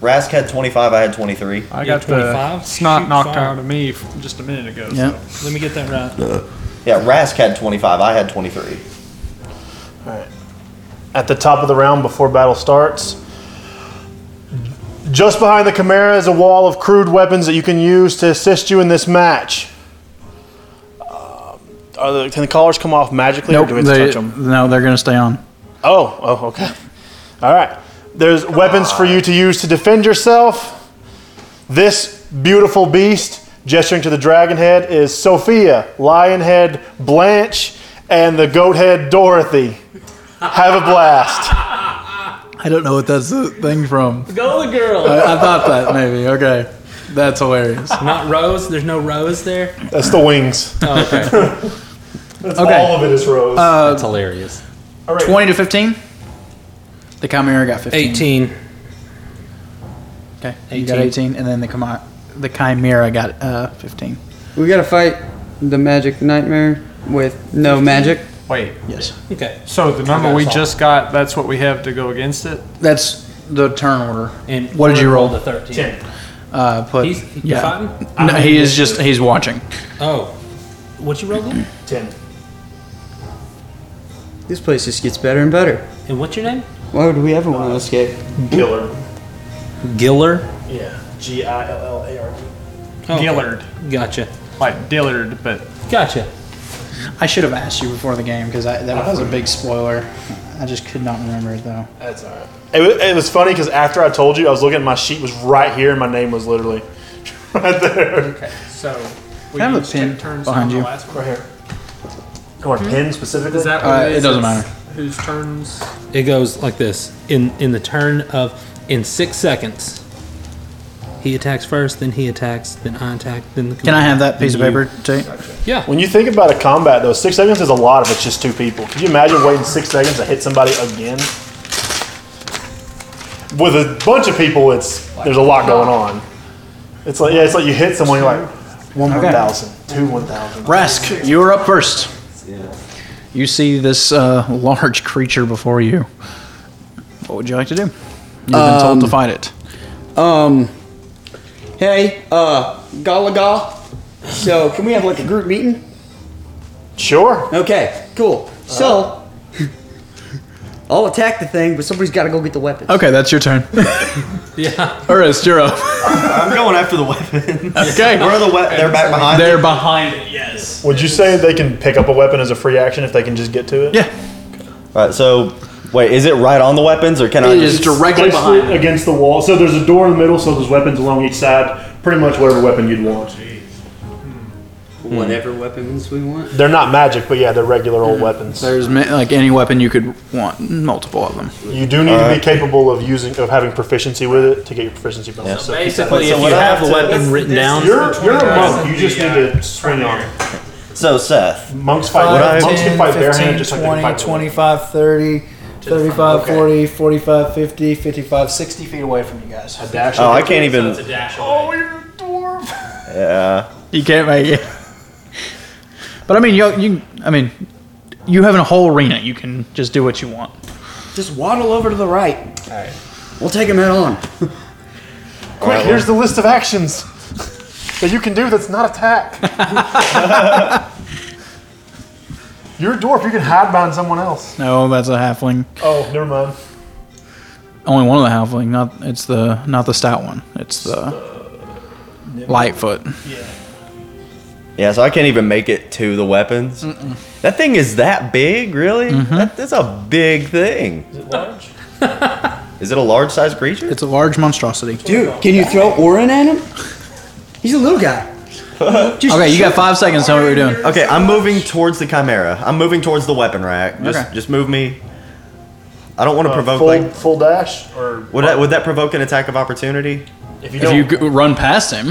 S4: Rask had 25. I had 23.
S13: I
S3: Yeah,
S13: got the
S3: 25.
S13: snot
S3: Shoot
S13: knocked
S3: fire.
S13: out of me f- just a minute ago. so-
S11: Yeah.
S3: Let me get that right.
S4: Yeah, Rask had 25. I had 23.
S6: at the top of the round before battle starts. Just behind the Chimera is a wall of crude weapons that you can use to assist you in this match. Uh, are the, can the collars come off magically, or
S11: Nope.
S6: do we have to
S11: they-
S6: touch them?
S11: no, they're going to stay on.
S6: Oh, oh, okay. All right. There's weapons for you to use to defend yourself. This beautiful beast, gesturing to the dragon head, is Sophia, lion head Blanche, and the goat head Dorothy. Have a blast.
S11: I don't know what that's the thing from. Go the girl. I, I thought that maybe. Okay. That's hilarious.
S3: Not Rose. There's no Rose there.
S6: That's the wings.
S3: Oh, okay.
S6: All of it is rose.
S3: That's hilarious.
S11: 20 to 15. The Chimera got 15.
S3: 18.
S11: Okay. You got 18, and then the, Chima- the Chimera got uh, 15.
S5: We gotta fight the magic nightmare with no magic.
S13: Wait.
S11: Yes.
S3: Okay.
S13: So the number
S3: got
S13: we
S3: solid.
S13: just got, that's what we have to go against it?
S11: That's the turn order.
S3: And
S11: What did you roll?
S3: The 13.
S11: Uh, put
S3: He's you
S11: yeah.
S3: fighting?
S11: No, he is just he's watching.
S3: Oh. What you roll then?
S6: Ten.
S5: This place just gets better and better.
S3: And what's your name?
S5: Why would we ever want to escape?
S6: Giller.
S3: Giller.
S6: Yeah. G I L L A R D.
S3: Oh,
S13: Gillard.
S3: Gotcha.
S13: Like Dillard, but
S3: Gotcha.
S11: I should have asked you before the game because that was a big spoiler. I just could not remember it though.
S6: That's all right. It was, it was funny because after I told you, I was looking at my sheet was right here, and my name was literally right there.
S13: so we
S11: Kind of a
S13: each
S11: pin
S13: take turns
S11: behind
S13: on the
S11: you.
S13: last one.
S6: Right here. Come on, pin specifically.
S13: Is that
S11: Uh,
S13: what it
S11: it
S13: is?
S11: doesn't
S13: That's
S11: matter.
S13: Whose turns?
S3: It goes like this. In in the turn of in six seconds. He attacks first, then he attacks, then I attack, then the
S11: Can I have that piece of
S3: You-
S11: paper, Tate?
S3: Yeah.
S6: when you think about a combat, though, six seconds is a lot if it's just two people. Could you imagine waiting six seconds to hit somebody again? With a bunch of people, it's there's a lot going on. It's like yeah, it's like you hit someone, you're like one one
S11: Okay.
S6: thousand, two one thousand.
S11: Rask, you are up first. You see this uh, large creature before you. What would you like to do? You've been told to fight it.
S5: Um, hey, uh, Galaga. So, can we have like a group meeting?
S6: Sure.
S5: Okay, cool. So, I'll attack the thing, but somebody's gotta go get the weapon.
S11: Okay, that's your turn.
S3: Yeah.
S11: Ernest, you're up.
S4: I'm going after the weapons.
S11: Okay.
S4: Where are the we- They're back behind.
S11: They're behind it.
S6: Would you say they can pick up a weapon as a free action if they can just get to it?
S11: Yeah.
S4: All right, so Wait, is it right on the weapons or can I
S11: It
S4: just
S11: is directly
S14: Placed
S11: behind.
S14: it against the wall. So there's a door in the middle, so there's weapons along each side. Pretty much whatever weapon you'd want.
S5: Whatever weapons we want.
S6: They're not magic, but yeah, they're regular old weapons.
S11: There's ma- like any weapon you could want, multiple of them.
S6: You do need to be capable of using of having proficiency with it to get your proficiency bonus. So
S3: Basically,
S4: So
S3: if
S4: what
S3: you
S4: I
S3: have
S4: have
S3: a
S4: to-
S3: weapon written down,
S14: You're, you're a monk. You just need to swing on it.
S4: So Seth,
S14: Monks fight.
S4: What I-
S14: Monks
S4: 10,
S14: can fight barehanded, just like they can
S15: 20,
S14: fight with-
S15: 25, 30, 35,
S14: Okay.
S15: 40, 45, 50, 55, 60 feet away from you guys.
S14: A dash.
S4: oh, I
S14: away.
S4: can't even. Yeah,
S11: You can't make it. But I mean, you, you I mean, you have a whole arena. You can just do what you want.
S5: Just waddle over to the right. All right. We'll take him head on.
S6: quick, here's the list of actions that you can do that's not attack. You're a dwarf. You can hide behind someone else.
S11: No, that's a halfling.
S6: Oh, never mind.
S11: Only one of the halfling. Not it's the not the stout one. It's the lightfoot.
S4: yeah. So I can't even make it to the weapons. That thing is that big, really?
S11: Mm-hmm.
S4: That, that's a big thing. Is it large? is it a large sized creature?
S11: It's a large monstrosity.
S5: Dude, can you throw Orin at him? He's a little guy. Just
S11: Okay, you got five seconds. Tell me what you're doing.
S4: Okay, I'm moving towards the chimera. I'm moving towards the weapon rack. Just,
S11: Okay.
S4: just move me. I don't want to
S14: Uh,
S4: provoke.
S6: Full
S4: Like,
S6: full dash or
S4: would that would that provoke an attack of opportunity?
S14: If you
S11: If
S14: don't,
S11: you g- run past him,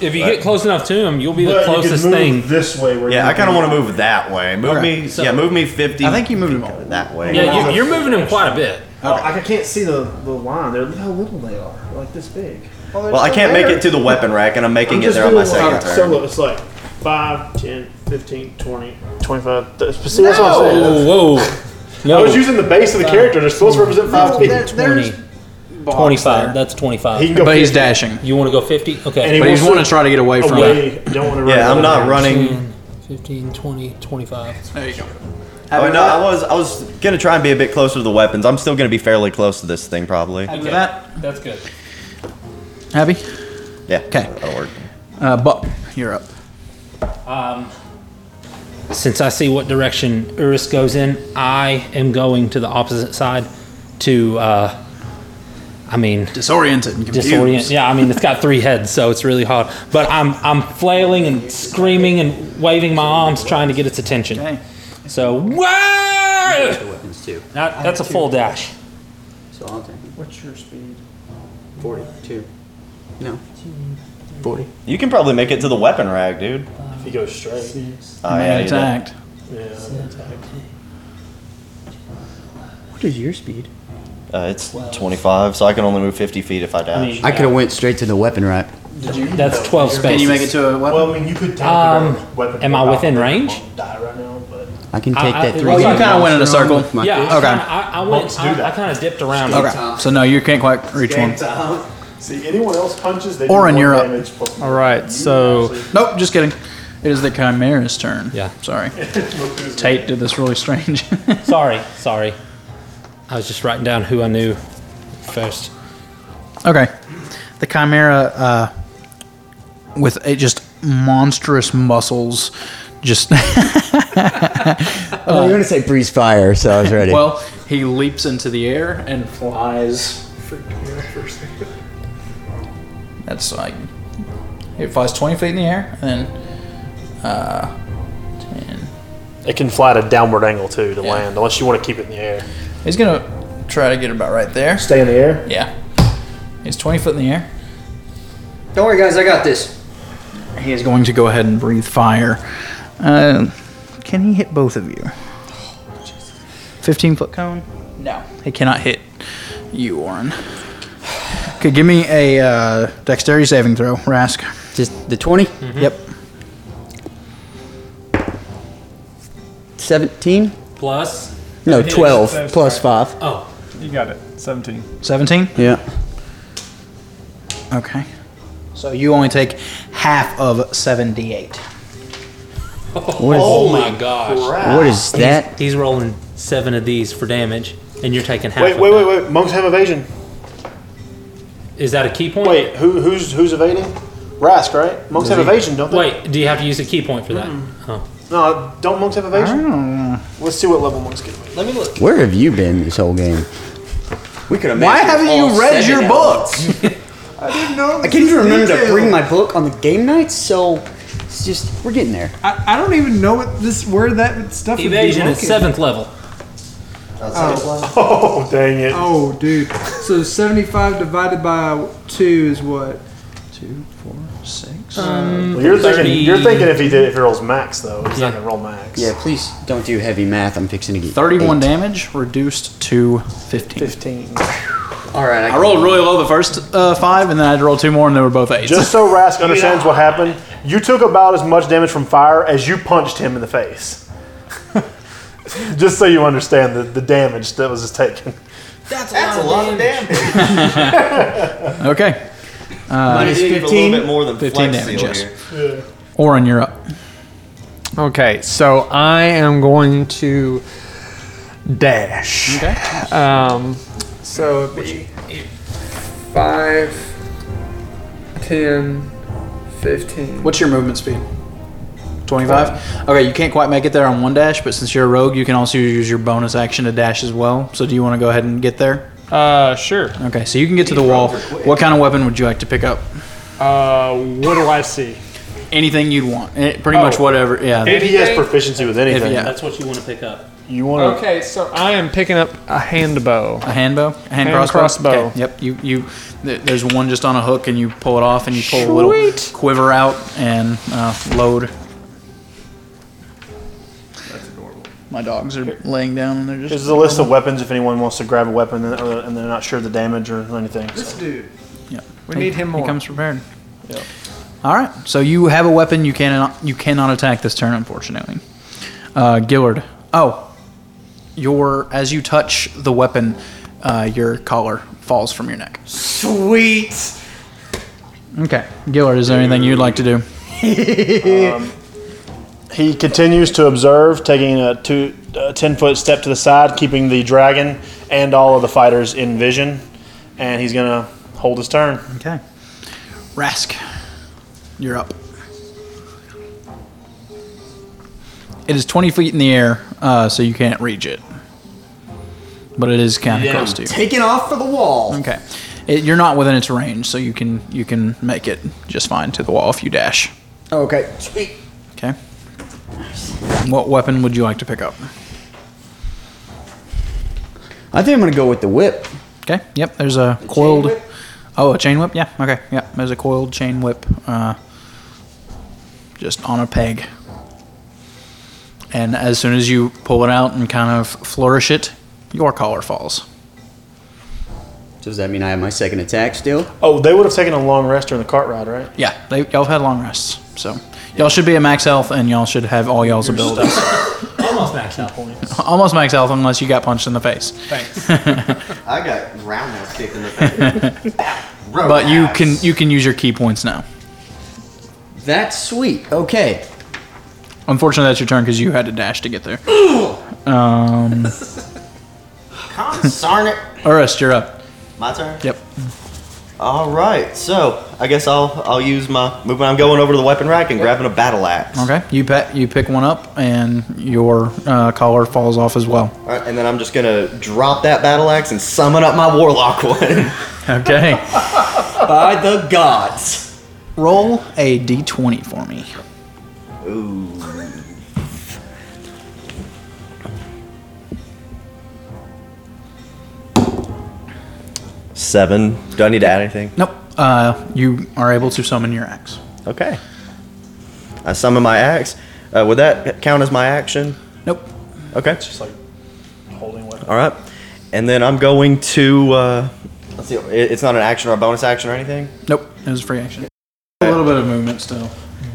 S3: if you get close enough to him, you'll be
S14: but
S3: the
S14: you can
S3: closest
S14: move
S3: thing.
S14: This way. Where
S4: Yeah,
S14: you
S4: I
S14: can-
S4: kind of want to move that way. Move
S11: Okay.
S4: me.
S3: So-
S4: yeah, move me fifty.
S11: I think you moved him over.
S4: that way.
S3: Yeah, you, you're moving him quite a bit.
S15: I can't see the, the line. They're, look how little they are. They're like this big.
S4: Well, I can't make it to the weapon rack, and I'm making
S14: I'm
S4: it
S14: just
S4: there on my
S14: doing like
S4: second turn.
S14: Solo, it's like 5, 10, 15, 20, 25. th- See, that's what I'm saying.
S3: Whoa, whoa.
S14: I was
S3: No,
S14: using the base of the character. They're supposed to represent 5 people.
S3: 20, 25. That's 25.
S14: He can go
S11: but he's
S14: 50,
S11: dashing.
S3: you want to go 50? Okay.
S14: and he
S11: But he's
S14: wants
S11: want to try to get away from it.
S14: away. Don't want to
S4: Yeah, I'm not running.
S3: 10, 15, 20, 25.
S11: There you go.
S4: Oh no, I was I was gonna try and be a bit closer to the weapons. I'm still gonna be fairly close to this thing probably.
S11: With that,
S3: That's good.
S11: happy.
S4: Yeah.
S11: 'Kay.
S4: That'll work.
S11: Uh, Buck, you're up.
S3: Since I see what direction Urus goes in, I am going to the opposite side to, uh, I mean,
S11: Disoriented. And confused.
S3: disorient. Yeah, I mean, it's got three heads, so it's really hard. But I'm, I'm flailing and screaming and waving my arms trying to get its attention.
S11: Okay.
S3: So, whoa!
S5: Weapons too.
S3: That, that's a full dash.
S5: So I'll take. What's your speed? Forty-two. No. Forty.
S4: You can probably make it to the weapon rack, dude.
S14: If he goes straight.
S4: Oh,
S11: Man
S4: yeah, you did.
S11: attacked.
S14: Yeah.
S5: What is your speed?
S4: Uh, it's 25, so I can only move 50 feet if I dash.
S3: mean-
S5: I could have went straight to the weapon rack.
S3: That's 12 spaces.
S11: Can you make it to a weapon?
S14: Well, I mean, you could take
S3: Um,
S14: the weapon.
S3: am I
S14: out
S3: within
S14: and
S3: range?
S14: Die right now, but
S5: I can
S3: I-
S5: take
S3: I-
S5: that three.
S3: well, you
S5: damage.
S11: kinda went in a circle.
S5: With my-
S3: Yeah, I,
S11: Okay.
S3: kinda, I, I went.
S14: Monks do
S3: I,
S14: that.
S3: I kind of dipped around.
S11: Okay. So no, you can't quite reach one.
S14: see anyone else punches, they
S11: Orin,
S14: do
S11: you're
S14: more
S11: up.
S14: damage. Up.
S11: All right, so nope, just kidding. It is the Chimera's turn.
S3: Yeah.
S11: sorry. Tate did this really strange.
S3: Sorry, sorry. I was just writing down who I knew first.
S11: okay, the Chimera uh, with it just monstrous muscles, just
S5: Oh, you were gonna say breeze fire, so I was ready.
S11: well, he leaps into the air and flies. That's like it flies twenty feet in the air and then uh, 10,
S14: It can fly at a downward angle too to land, unless you want to keep it in the air.
S11: he's gonna try to get about right there.
S14: Stay in the air.
S11: Yeah, he's twenty foot in the air.
S5: Don't worry, guys, I got this.
S11: He is going to go ahead and breathe fire. Uh, can he hit both of you? 15 foot cone? No. He cannot hit you, Orin. Okay, give me a uh, dexterity saving throw, Rask.
S5: Just the twenty.
S11: Yep.
S5: Seventeen.
S3: Plus.
S5: No,
S3: Yeah,
S5: twelve
S12: that's
S5: plus five.
S3: Oh,
S12: You got it. 17.
S11: 17?
S5: Yeah.
S11: Okay. So you only take half of 78.
S3: oh my gosh!
S5: What is that?
S3: He's rolling seven of these for damage, and you're taking half.
S14: Wait,
S3: of
S14: wait,
S3: that.
S14: wait, wait. Monks have evasion.
S3: Is that a key point?
S14: Wait, who, who's who's evading? Rask, right? Monks have evasion, don't they?
S3: Wait. Do you have to use a key point for that? Oh.
S6: No, don't monks have evasion?
S11: Oh.
S6: Let's see what level monks get. Let me look.
S5: Where have you been this whole game?
S4: We could
S6: Why haven't you read your
S5: books?
S12: I didn't know.
S5: I can't even remember to bring my book on the game nights, so it's just we're getting there.
S12: I, I don't even know what this where that stuff
S3: Evasion
S12: would
S3: is
S12: be
S3: seventh level.
S12: Oh.
S6: oh, dang it.
S12: Oh, dude. So 75 divided by 2 is what? 2, 4, 6.
S6: Well, you're thinking. You're thinking if he did, if he rolls max though, he's not gonna roll max.
S5: Yeah, please don't do heavy math. I'm fixing to get
S11: 31
S5: eight.
S11: damage reduced to 15. 15.
S5: All right,
S11: I rolled really low the first uh, five, and then I had to roll two more, and they were both eights.
S6: Just so Rask understands what happened, you took about as much damage from fire as you punched him in the face. Just so you understand the, the damage that was just taken.
S4: That's a lot of damage.
S11: okay. Uh,
S4: Minus Might even a little 15? bit more than Flex
S11: damage,
S4: Seal
S11: yes.
S4: here. Yeah.
S11: Orin, you're up.
S2: Okay, so I am going to dash. Okay. Um,
S14: So it'd be 5, 10, 15.
S11: What's your movement speed? 25? Okay, you can't quite make it there on one dash, but since you're a rogue, you can also use your bonus action to dash as well. So do you want to go ahead and get there?
S2: Uh, sure.
S11: Okay, so you can get to the wall. What kind of weapon would you like to pick up?
S2: Uh, what do I see?
S11: Anything you'd want. Eh, Pretty much
S2: Oh.
S11: whatever. Yeah.
S2: If he has
S6: proficiency with
S11: If- yeah.
S3: That's what you want to pick up.
S6: You
S2: Okay, so I am picking up a hand bow.
S11: A hand bow, a hand,
S2: Hand
S11: crossbow.
S2: crossbow.
S11: Okay, Yep. You you. th- There's one just on a hook, and you pull it off, and you pull a little quiver out and uh, load. My dogs are laying down, and they're just.
S6: This is a list of weapons if anyone wants to grab a weapon and uh, and they're not sure of the damage or anything.
S12: This dude.
S11: Yeah.
S12: We
S11: He-
S12: need him more.
S11: He comes prepared. All right. So you have a weapon. You cannot. You cannot attack this turn, unfortunately. Uh, Gillard. Oh, your as you touch the weapon, uh, your collar falls from your neck.
S12: Sweet.
S11: Okay, Gillard. Is there anything you'd like to do?
S6: Um, he continues to observe, taking a two, uh, 10 foot step to the side, keeping the dragon and all of the fighters in vision, and he's going to hold his turn.
S11: Okay. Rask, you're up. It is 20 feet in the air, uh, so you can't reach it. But it is kind of close to you.
S5: Taking off for the wall.
S11: Okay. It, you're not within its range, so you can you can make it just fine to the wall if you dash.
S5: Oh, Okay. Sweet.
S11: Okay. What weapon would you like to pick up?
S5: I think I'm gonna go with the whip.
S11: Okay. Yep. There's a coiled. Oh, a chain whip. Yeah. Okay. Yeah. There's a coiled chain whip, uh, just on a peg. And as soon as you pull it out and kind of flourish it, your collar falls.
S5: Does that mean I have my second attack still?
S6: Oh, they would have taken a long rest during the cart ride, right?
S11: Yeah. They, y'all had long rests, so y'all should be at max health, and y'all should have all y'all's abilities.
S3: Almost max out point.
S11: Almost max health, unless you got punched in the face. Thanks.
S4: I got roundhouse kicked in the face.
S5: Oh,
S11: but you can you can use your key points now.
S5: That's sweet. Okay.
S11: Unfortunately, that's your turn because you had to dash to get there. um,
S4: Consarn it.
S11: Urus, you're up.
S4: My turn.
S11: Yep.
S4: All right. So I guess I'll I'll use my movement. I'm going over to the weapon rack and grabbing a battle axe.
S11: Okay, you pet, you pick one up, and your uh, collar falls off as well.
S4: All right, and then I'm just gonna drop that battle axe and summon up my warlock one.
S11: Okay,
S4: By the gods.
S11: roll a d20 for me.
S4: Ooh. Seven. Do I need to add anything?
S11: Nope. Uh, you are able to summon your axe.
S4: Okay. I summon my axe. Uh, would that count as my action?
S11: Nope.
S4: Okay. just like holding weapon. All right. And then I'm going to. Uh, let's see. it- It's not an action or a bonus action or anything.
S11: Nope, it was free action. A little bit of movement still.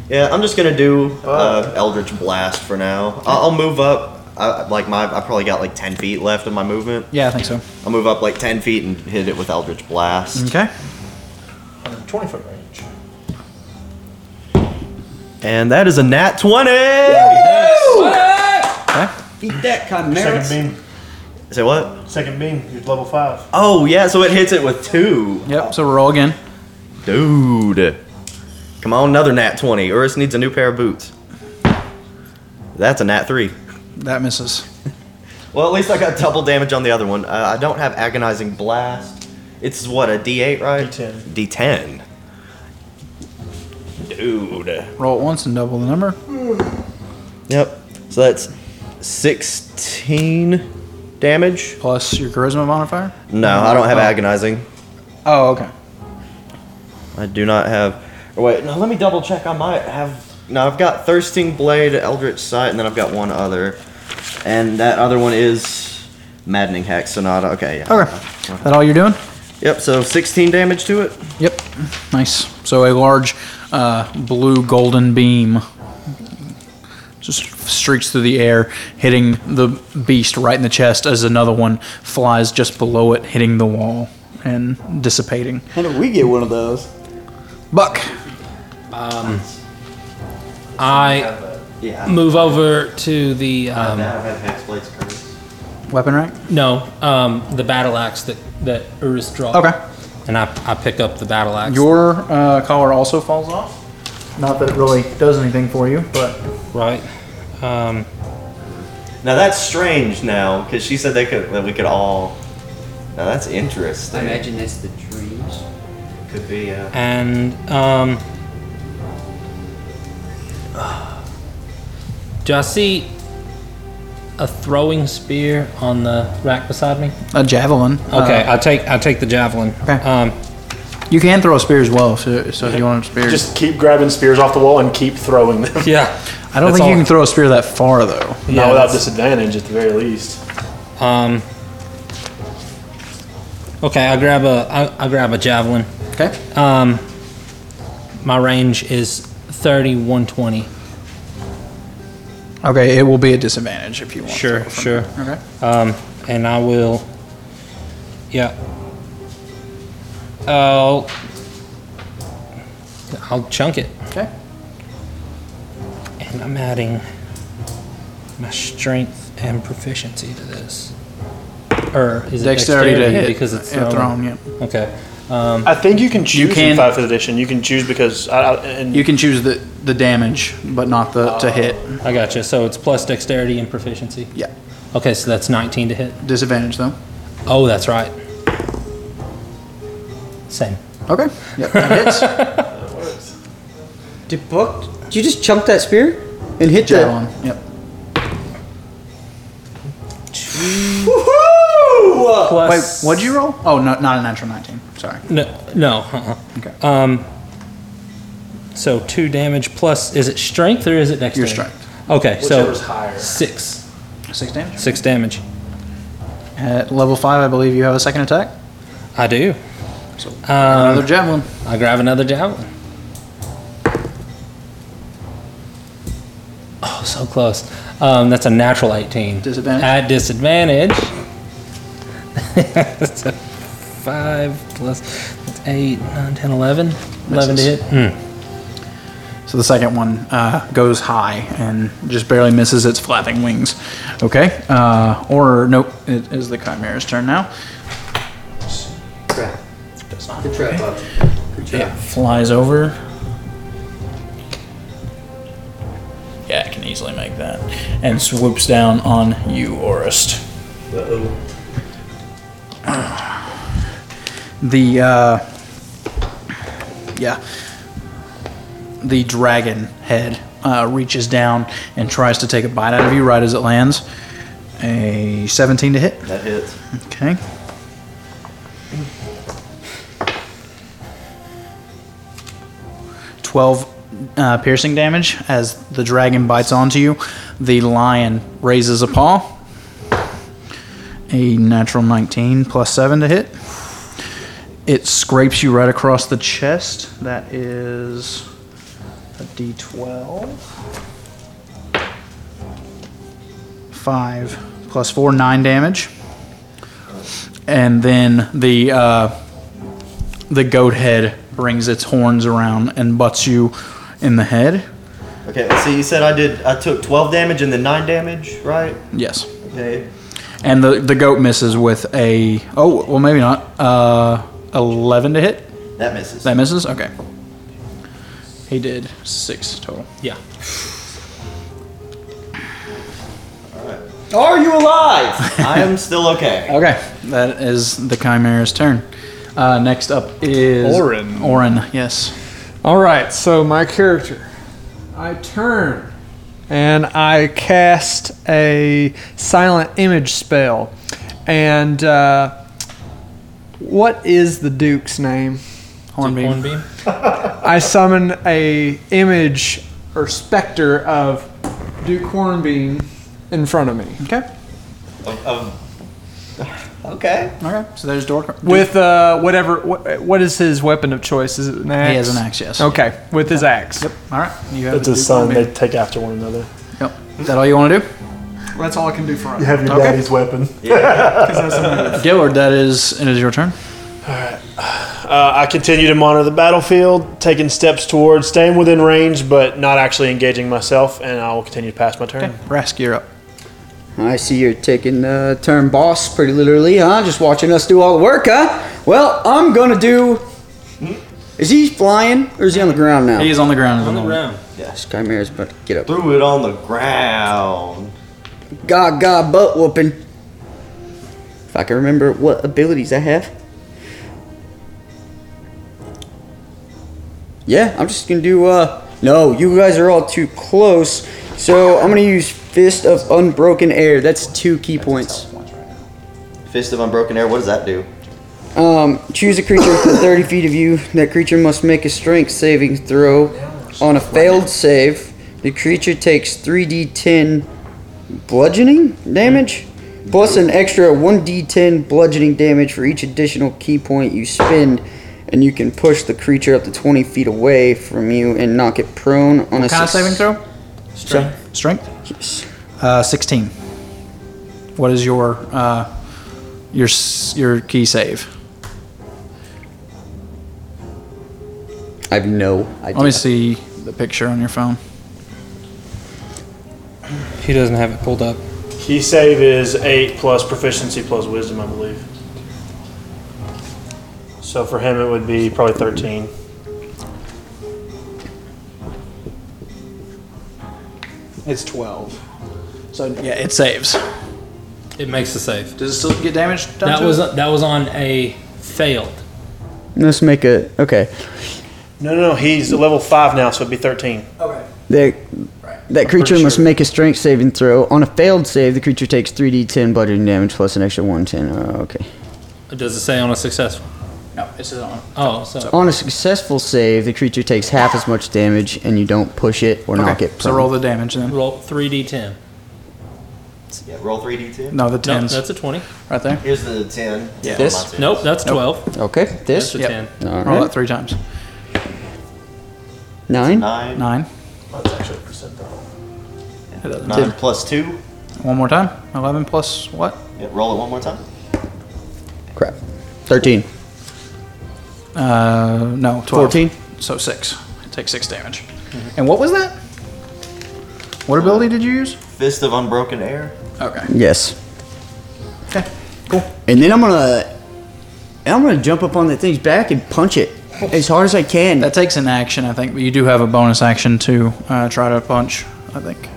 S4: Yeah, I'm just gonna do uh, Eldritch Blast for now. I'll, I'll move up. I, like my, I probably got like ten feet left of my movement.
S11: Yeah, I think so.
S4: I'll move up like ten feet and hit it with Eldritch Blast.
S11: Okay.
S6: 20 foot range.
S4: And that is a nat twenty.
S5: Beat that chimera.
S6: Second
S4: Say what?
S6: beam. Second beam. You're level five.
S4: Oh yeah, so it hits it with two.
S11: Yep. So roll again.
S4: Dude, come on, another nat twenty. Urus needs a new pair of boots. That's a nat three.
S11: That misses.
S4: Well, at least I got double damage on the other one. Uh, I don't have agonizing blast. It's what a D8, right? D10. D10. Dude.
S11: Roll it once and double the number.
S4: Yep. So that's 16 damage.
S11: Plus your charisma modifier?
S4: No, I don't have
S11: Oh.
S4: agonizing.
S11: Oh, okay.
S4: I do not have. Or wait, no, let me double check. I might have. No, I've got Thirsting Blade, Eldritch Sight, and then I've got one other. And that other one is Maddening Hack Sonata. Okay, yeah.
S11: Okay. That all you're doing?
S4: Yep, so 16 damage to it.
S11: Yep. Nice. So a large uh, blue golden beam just streaks through the air, hitting the beast right in the chest as another one flies just below it, hitting the wall and dissipating.
S15: How did we get one of those?
S11: Buck.
S3: Um, I move over to the. Um,
S11: Weapon rack?
S3: No, um, the battle axe that that Urus dropped.
S11: Okay.
S3: And I, I pick up the battle axe.
S11: Your uh, collar also falls off. Not that it really does anything for you, but.
S3: Right. Um,
S4: Now that's strange now, because she said they could that we could all. Now that's interesting.
S5: I imagine that's the dreams.
S4: Could be, yeah.
S3: and um, do I see a throwing spear on the rack beside me?
S11: A javelin.
S3: Okay,
S11: Uh,
S3: I take I take the javelin.
S11: Okay.
S3: Um,
S11: you can throw a spear as well, so, so if you want a spear.
S6: Just keep grabbing spears off the wall and keep throwing them.
S3: Yeah.
S11: I don't think you can throw a spear that far, though.
S6: Not without disadvantage at the very least.
S3: Um. Okay, I grab a I, I grab a javelin.
S11: Okay.
S3: Um. My range is thirty one twenty.
S11: Okay, it will be a disadvantage if you want.
S3: Sure, sure.
S11: Okay.
S3: Um, and I will. Yeah. I'll. I'll chunk it.
S11: Okay.
S3: And I'm adding my strength and proficiency to this. Or is it
S11: Dexterity
S3: dexterity,
S11: to hit.
S3: because it's
S11: Yeah,
S3: thrown?
S11: thrown, yeah.
S3: Okay. Um,
S6: I think you can choose
S11: can-
S6: in five edition. You can choose because I, I, and
S11: You can choose the the damage, but not the to hit.
S3: I gotcha. So it's plus dexterity and proficiency.
S11: Yeah.
S3: Okay, so that's 19 to hit.
S11: Disadvantage though.
S3: Oh, that's right. Same.
S11: Okay. Yep. That hits.
S5: Did Buck? Did you just chunk that spear and hit
S11: Javelin. Yep.
S5: Woohoo!
S3: Plus-
S11: Uh, Wait, what'd you roll? Oh, no, not a natural 19. Sorry.
S3: No, no. Uh-uh.
S11: Okay.
S3: Um. So two damage plus is it strength or is it dexterity? Your strength. Okay, so
S6: Whichever's higher.
S3: six.
S11: Six damage.
S3: Six damage.
S11: At level five, I believe you have a second attack.
S3: I do.
S11: So
S3: another
S11: javelin.
S3: I grab another javelin. Oh, so close. Um, that's a natural 18.
S11: Disadvantage?
S3: At disadvantage. that's a 5 plus that's 8, 9, 10, 11. 11 to hit.
S11: Misses. So the second one uh, goes high and just barely misses its flapping wings. Okay. Uh, or nope, it is the chimera's turn now.
S5: Trap. Good trap, Buck. Good trap.
S11: It flies over. Yeah, I can easily make that. And swoops down on you, Orist.
S15: Uh-oh.
S11: The uh, yeah, the dragon head uh, reaches down and tries to take a bite out of you right as it lands. A 17 to hit.
S4: That hits.
S11: Okay. Twelve uh, piercing damage as the dragon bites onto you. The lion raises a paw. A natural 19 plus seven to hit. It scrapes you right across the chest. That is a d12. Five plus four, nine damage. And then the uh, the goat head brings its horns around and butts you in the head.
S4: Okay, so you said I did I took 12 damage and then 9 damage, right?
S11: Yes.
S4: Okay.
S11: And the, the goat misses with a oh well maybe not uh, eleven to hit.
S4: That misses.
S11: That misses. Okay. He did six total.
S3: Yeah.
S4: Are you alive? I am still okay.
S11: Okay, that is the Chimera's turn. Uh, next up is
S2: Orin.
S11: Orin, yes.
S2: All right, so my character.
S12: I turn.
S2: And I cast a silent image spell. And uh, what is the Duke's name?
S11: Hornbeam.
S3: Hornbeam.
S2: I summon a image or specter of
S12: Duke Hornbeam
S2: in front of me.
S11: Okay.
S4: Um, Okay.
S11: Okay. So there's Dork.
S2: With uh, whatever, what, what is his weapon of choice? Is it an axe?
S11: He has an axe, yes.
S2: Okay, with his axe. Yep.
S11: All right. You
S6: It's a sign they take after one another.
S11: Yep. Is that all you want to do?
S12: That's all I can do for us.
S6: You have your
S11: Okay.
S6: daddy's weapon.
S11: Gillard, that is it is your turn.
S6: Uh, I continue to monitor the battlefield, taking steps towards staying within range, but not actually engaging myself, and I will continue to pass my turn.
S11: Rask, you're up.
S5: I see you're taking the term boss pretty literally, huh? Just watching us do all the work, huh? Well, I'm gonna do. Is he flying or is he on the ground now?
S11: He is on the ground.
S5: On
S11: the
S3: ground.
S5: Yes, Chimera's about to get up.
S4: Threw it on the ground.
S5: Gaga butt whooping. If I can remember what abilities I have. Yeah, I'm just gonna do. uh No, you guys are all too close. So I'm gonna use Fist of Unbroken Air. That's two key points.
S4: Fist of Unbroken Air, what does that do?
S5: Um, choose a creature within 30 feet of you. That creature must make a strength saving throw. On a failed save, the creature takes 3d10 bludgeoning damage, plus an extra 1d10 bludgeoning damage for each additional key point you spend. And you can push the creature up to 20 feet away from you and knock it prone on a
S11: What kind
S5: suc-
S11: of saving throw? Strength. Strength. Uh, Sixteen. What is your uh, your s- your key save?
S5: I have no idea.
S11: Let me see the picture on your phone.
S3: He doesn't have it pulled up.
S6: Key save is eight plus proficiency plus wisdom, I believe. So for him, it would be probably thirteen.
S11: It's twelve. So yeah, it saves.
S3: It makes the save.
S11: Does it still get damaged? done
S3: That
S11: to
S3: was
S11: it?
S3: that was on a failed.
S5: Let's make a. Okay.
S6: No, no, no. He's level five now, so it'd be thirteen.
S5: That, that creature
S6: pretty
S5: must make a strength saving throw. On a failed save, the creature takes 3d10 bludgeoning damage plus an extra 110. Oh, okay.
S3: Does it say on a successful?
S11: No, it says on.
S3: Oh, so
S5: On a successful save, the creature takes half as much damage and you don't push it or knock
S11: Okay,
S5: it. Prone.
S11: so roll the damage then.
S3: roll three d ten.
S4: Yeah, roll 3d10.
S11: No, the
S3: No,
S11: tens.
S3: that's a twenty.
S11: right there.
S4: Here's the 10.
S5: Yeah.
S4: Oh,
S5: This?
S4: my ten.
S3: Nope, that's twelve.
S5: Okay, this?
S3: That's a
S11: Yep.
S3: ten.
S5: All
S11: Roll
S5: right.
S11: it three times.
S5: Nine.
S4: Nine.
S11: Nine.
S6: That's actually a percent though.
S11: It doesn't.
S4: Nine plus two.
S11: One more time. Eleven plus what?
S4: Yeah, roll it one more time.
S5: Crap. 13.
S11: Uh, no, twelve.
S5: 14.
S11: So six. Take six damage. And what was that? What ability did you use?
S4: Fist of Unbroken Air.
S11: Okay.
S5: Yes.
S11: Okay. Cool.
S5: And then I'm going to. I'm going to jump up on that thing's back and punch it as hard as I can.
S11: That takes an action, I think, but you do have a bonus action to uh, try to punch. I think.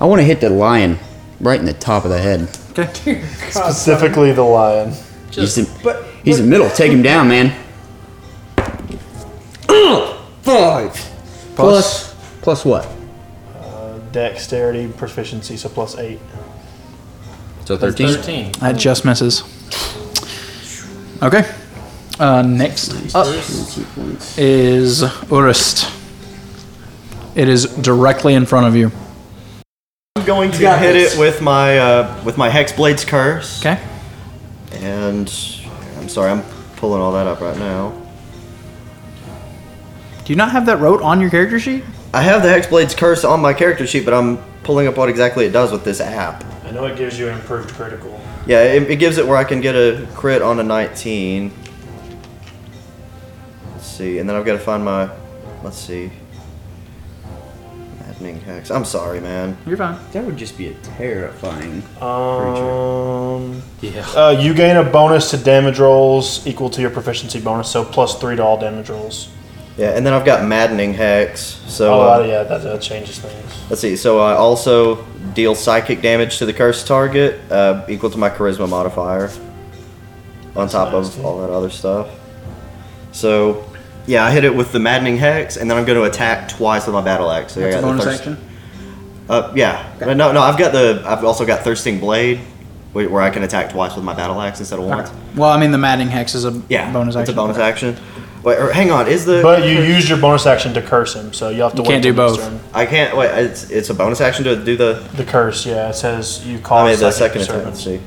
S5: I want to hit the lion right in the top of the head.
S11: Okay.
S6: Specifically, the lion.
S5: He's in, he's in the middle. Take him down, man. Five. Plus. Plus what?
S6: Uh, dexterity, proficiency, so plus eight.
S5: So
S3: That's Thirteen.
S11: That just misses. Okay. Uh, next up is Urist. It is directly in front of you.
S4: I'm going to hit it with my uh, with my Hexblade's Curse.
S11: Okay.
S4: And I'm sorry, I'm pulling all that up right now.
S11: Do you not have that rote on your character sheet?
S4: I have the Hexblade's Curse on my character sheet, but I'm pulling up what exactly it does with this app.
S6: I know it gives you improved critical.
S4: Yeah, it, it gives it where I can get a crit on a 19. Let's see, and then I've got to find my. Let's see. Maddening Hex. I'm sorry, man.
S11: You're fine.
S5: That would just be a terrifying.
S6: Um,
S3: Yeah.
S6: uh, you gain a bonus to damage rolls equal to your proficiency bonus, so plus three to all damage rolls.
S4: Yeah, and then I've got Maddening Hex. So
S6: oh,
S4: uh,
S6: yeah, that, that changes things.
S4: let's see. So I also deal psychic damage to the cursed target, uh, equal to my charisma modifier, on top of all that other stuff. So, yeah, I hit it with the maddening hex, and then I'm going to attack twice with my battle axe. So I
S11: That's a
S4: got the
S11: bonus
S4: thirst-
S11: action?
S4: Uh, yeah. No, no, I've got the. I've also got thirsting blade, wh- where I can attack twice with my battle axe instead of once.
S11: Well, I mean, the matting hex is a
S4: Yeah,
S11: bonus
S4: it's a
S11: action.
S4: bonus action. Wait, or hang on, is the
S6: But you used your bonus action to curse him, so you have to wait till next turn.
S4: I can't wait. It's it's a bonus action to do the
S6: the curse. Yeah, it says you
S4: I
S6: call
S4: mean, the
S6: second
S4: second
S6: servant.
S4: attack. Let's see.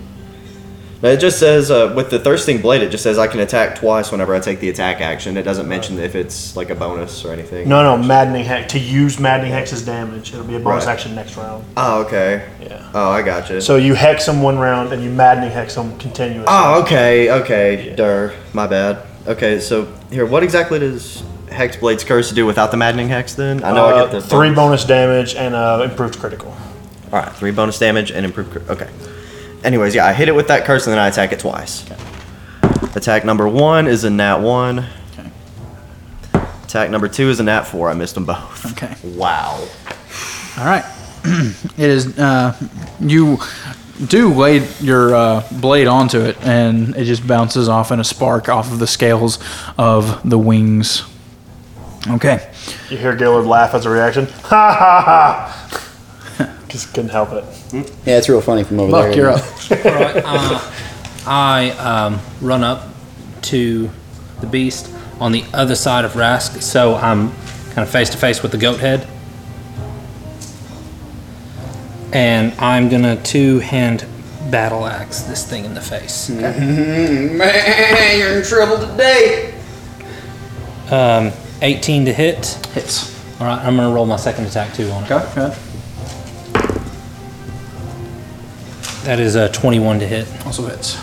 S4: No, it just says uh, with the thirsting blade. It just says I can attack twice whenever I take the attack action. It doesn't mention if it's like a bonus or anything.
S6: No, no, maddening hex. To use maddening hex's damage, it'll be a bonus
S4: Right.
S6: action next round. Uh,
S4: Oh, okay. Yeah. Oh, I got you.
S6: So you hex him one round and you maddening hex him continuously. Uh,
S4: Oh, okay, okay. Durr, my bad. Okay, so here, what exactly does Hexblade's Curse do without the Maddening Hex then? I know I
S6: Uh,
S4: get the
S6: three bonus damage and uh, improved critical.
S4: All right, three bonus damage and improved. Cur- okay. Anyways, yeah, I hit it with that curse and then I attack it twice. Attack number one is a nat one. Attack number two is a nat four. I missed them both.
S11: Okay.
S4: Wow.
S11: All right. it is. Uh, you do lay your uh, blade onto it, and it just bounces off in a spark off of the scales of the wings. Okay.
S6: You hear Gaylord laugh as a reaction. Ha ha ha! Just couldn't help it.
S5: Yeah, it's real funny from over there.
S3: Right, uh, I um, run up to the beast on the other side of Rask, so I'm kind of face to face with the goat head. And I'm gonna two hand battle axe this thing in the face.
S5: Man, you're in trouble today.
S3: Um, 18 to hit.
S11: Hits.
S3: All right, I'm gonna roll my second attack too on it.
S11: Okay. okay.
S3: That is a 21 to hit.
S11: Also hits.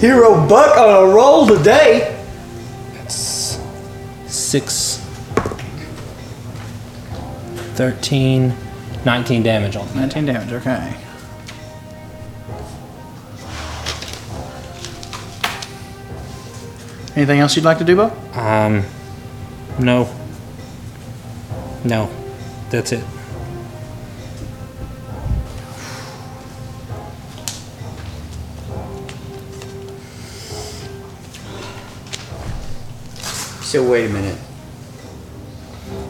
S2: Hero Buck on a roll today.
S3: That's six, 13, 19 damage on.
S11: 19 damage, okay. Anything else you'd like to do, Bo?
S3: Um, no. No, that's it.
S5: So wait a minute.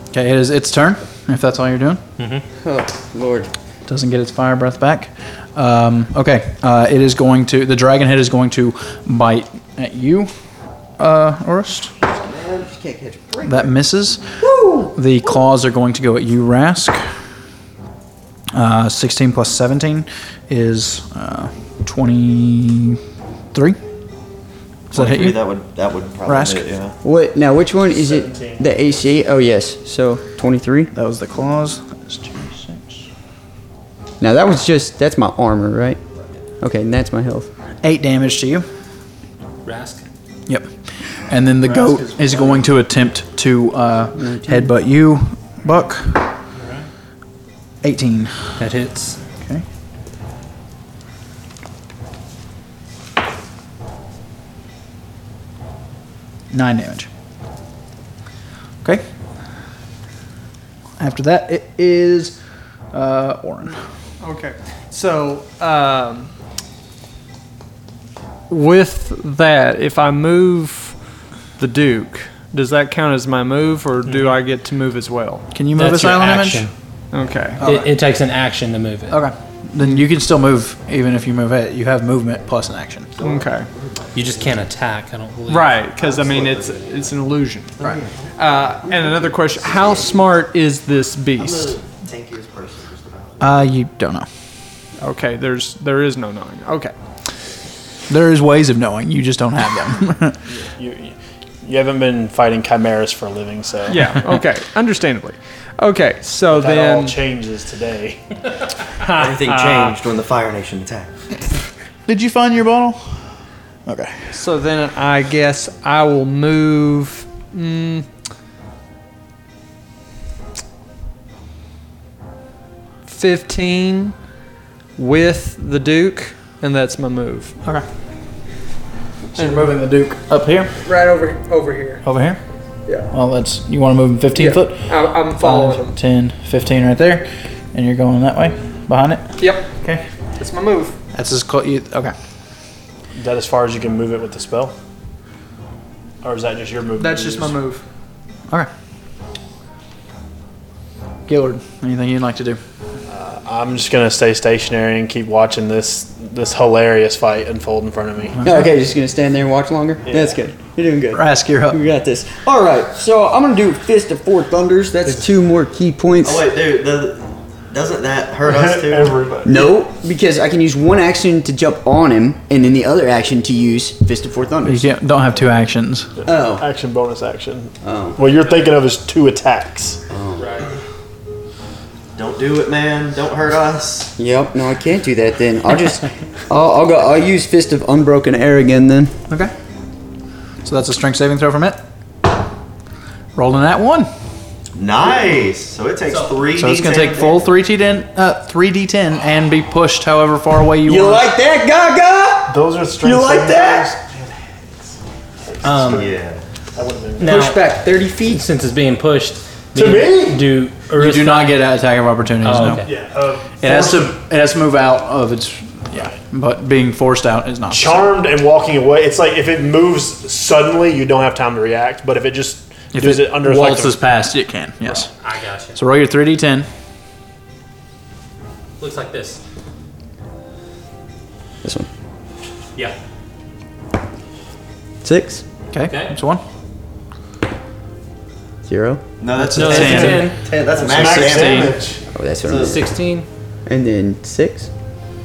S11: Okay, it is its turn, if that's all you're doing.
S5: Oh Lord.
S11: Doesn't get its fire breath back. Um, okay, uh, it is going to, the dragon head is going to bite at you, uh, Orist.
S5: Man, just can't catch a break.
S11: That misses. The claws are going to go at you, Rask. Uh, 16 plus 17 is uh, 23. Does that hit
S4: 23,
S11: you?
S4: That would that would probably
S11: Rask?
S4: hit, yeah.
S5: What now? Which one is it? The AC? Oh yes. So twenty-three.
S11: That was the claws.
S5: Now that was just that's my armor, right? Okay, and that's my health.
S11: Eight damage to you.
S3: Rask.
S11: Yep. And then the
S5: Rask
S11: goat
S5: is
S11: is, going to attempt to uh, headbutt you, Buck. 18.
S3: That hits.
S11: Okay. Nine damage. Okay. After that, it is uh, Orin.
S2: Okay. So, um, with that, if I move the Duke, does that count as my move, or
S11: Mm-hmm.
S2: do I get to move as well?
S11: Can you move That's a your silent image? Oh. action.
S2: Okay.
S3: It, it takes an action to move it.
S11: Okay. Then you can still move even if you move it. You have movement plus an action.
S2: Okay.
S3: You just can't attack. I don't believe.
S2: Right, because I mean it's it's an illusion. Right. Uh, and another question: How smart is this beast?
S4: Tankiest person.
S11: Uh, you don't know.
S2: Okay, there's there is no knowing. Okay.
S11: There is ways of knowing. You just don't have them.
S6: You, you, you haven't been fighting chimeras for a living, so
S2: Yeah. Okay. Understandably. Okay. So
S6: That all
S2: then.
S6: changes today.
S4: Everything changed when the Fire Nation attacked.
S11: Did you find your bottle? Okay.
S2: So then I guess I will move. Mm, Fifteen with the Duke, and that's my move.
S11: Okay. So you're moving the Duke up here,
S2: Right over over here.
S11: over here.
S2: Yeah.
S11: Well, that's you want to move him 15
S2: Yeah.
S11: foot.
S2: I'm, I'm following him.
S11: 10, 15 right there. And you're going that way behind it?
S12: Yep. Okay. That's my move.
S11: That's as close. You, okay.
S6: Is that as far as you can move it with the spell? Or is that just your move?
S12: That's just my move.
S11: Gillard, anything you'd like to do?
S6: I'm just gonna stay stationary and keep watching this this hilarious fight unfold in front of me.
S5: Okay, just gonna stand there and watch longer. That's good. You're doing good.
S11: Rask, you're up.
S5: We got this. All right, so I'm gonna do Fist of Four Thunders. That's two more key points.
S4: Oh wait, dude, the, doesn't that hurt us too? Everybody.
S5: No, because I can use one action to jump on him, and then the other action to use Fist of Four
S11: You
S5: Thunders.
S11: can't, don't have two actions.
S5: Oh.
S6: Action bonus action.
S5: Oh.
S6: What you're thinking of is two attacks.
S4: Don't do it, man. Don't hurt us.
S5: Yep. No, I can't do that. Then I'll just, I'll, I'll go. I'll use Fist of Unbroken Air again. Then.
S11: Okay. So that's a strength saving throw from it. Rolling at one.
S4: Nice. So it takes three.
S11: So it's going to
S4: D10.
S11: take full 3d10, uh, 3d10 and be pushed however far away you,
S5: You
S11: want.
S5: like that, Gaga?
S6: Those are strength.
S5: You like
S6: saving
S5: that?
S3: Um,
S4: Yeah.
S3: now,
S5: Push back 30 feet.
S3: since it's being pushed,
S6: To
S3: do- do or
S11: you
S3: is
S11: do
S3: that-
S11: not get an attack of opportunities.
S3: Oh,
S11: no.
S3: okay.
S6: Yeah. Uh,
S11: It has to it has to move out of its yeah, but being forced out is not.
S6: charmed and walking away. It's like if it moves suddenly, you don't have time to react. But if it just
S11: If
S6: does
S11: it,
S6: it, under like
S11: waltzes past, it can. Yes.
S3: I got you.
S11: So roll your 3d10.
S3: Looks like this.
S5: This one.
S3: Yeah.
S5: Six.
S11: Okay.
S3: Okay.
S11: That's one.
S5: Zero.
S4: No, that's
S3: No,
S4: a
S3: that's a
S4: ten.
S3: 10.
S4: Ten, That's max
S6: max
S4: damage.
S6: damage.
S5: Oh, that's what
S4: So
S5: I'm doing.
S3: 16,
S5: And then six.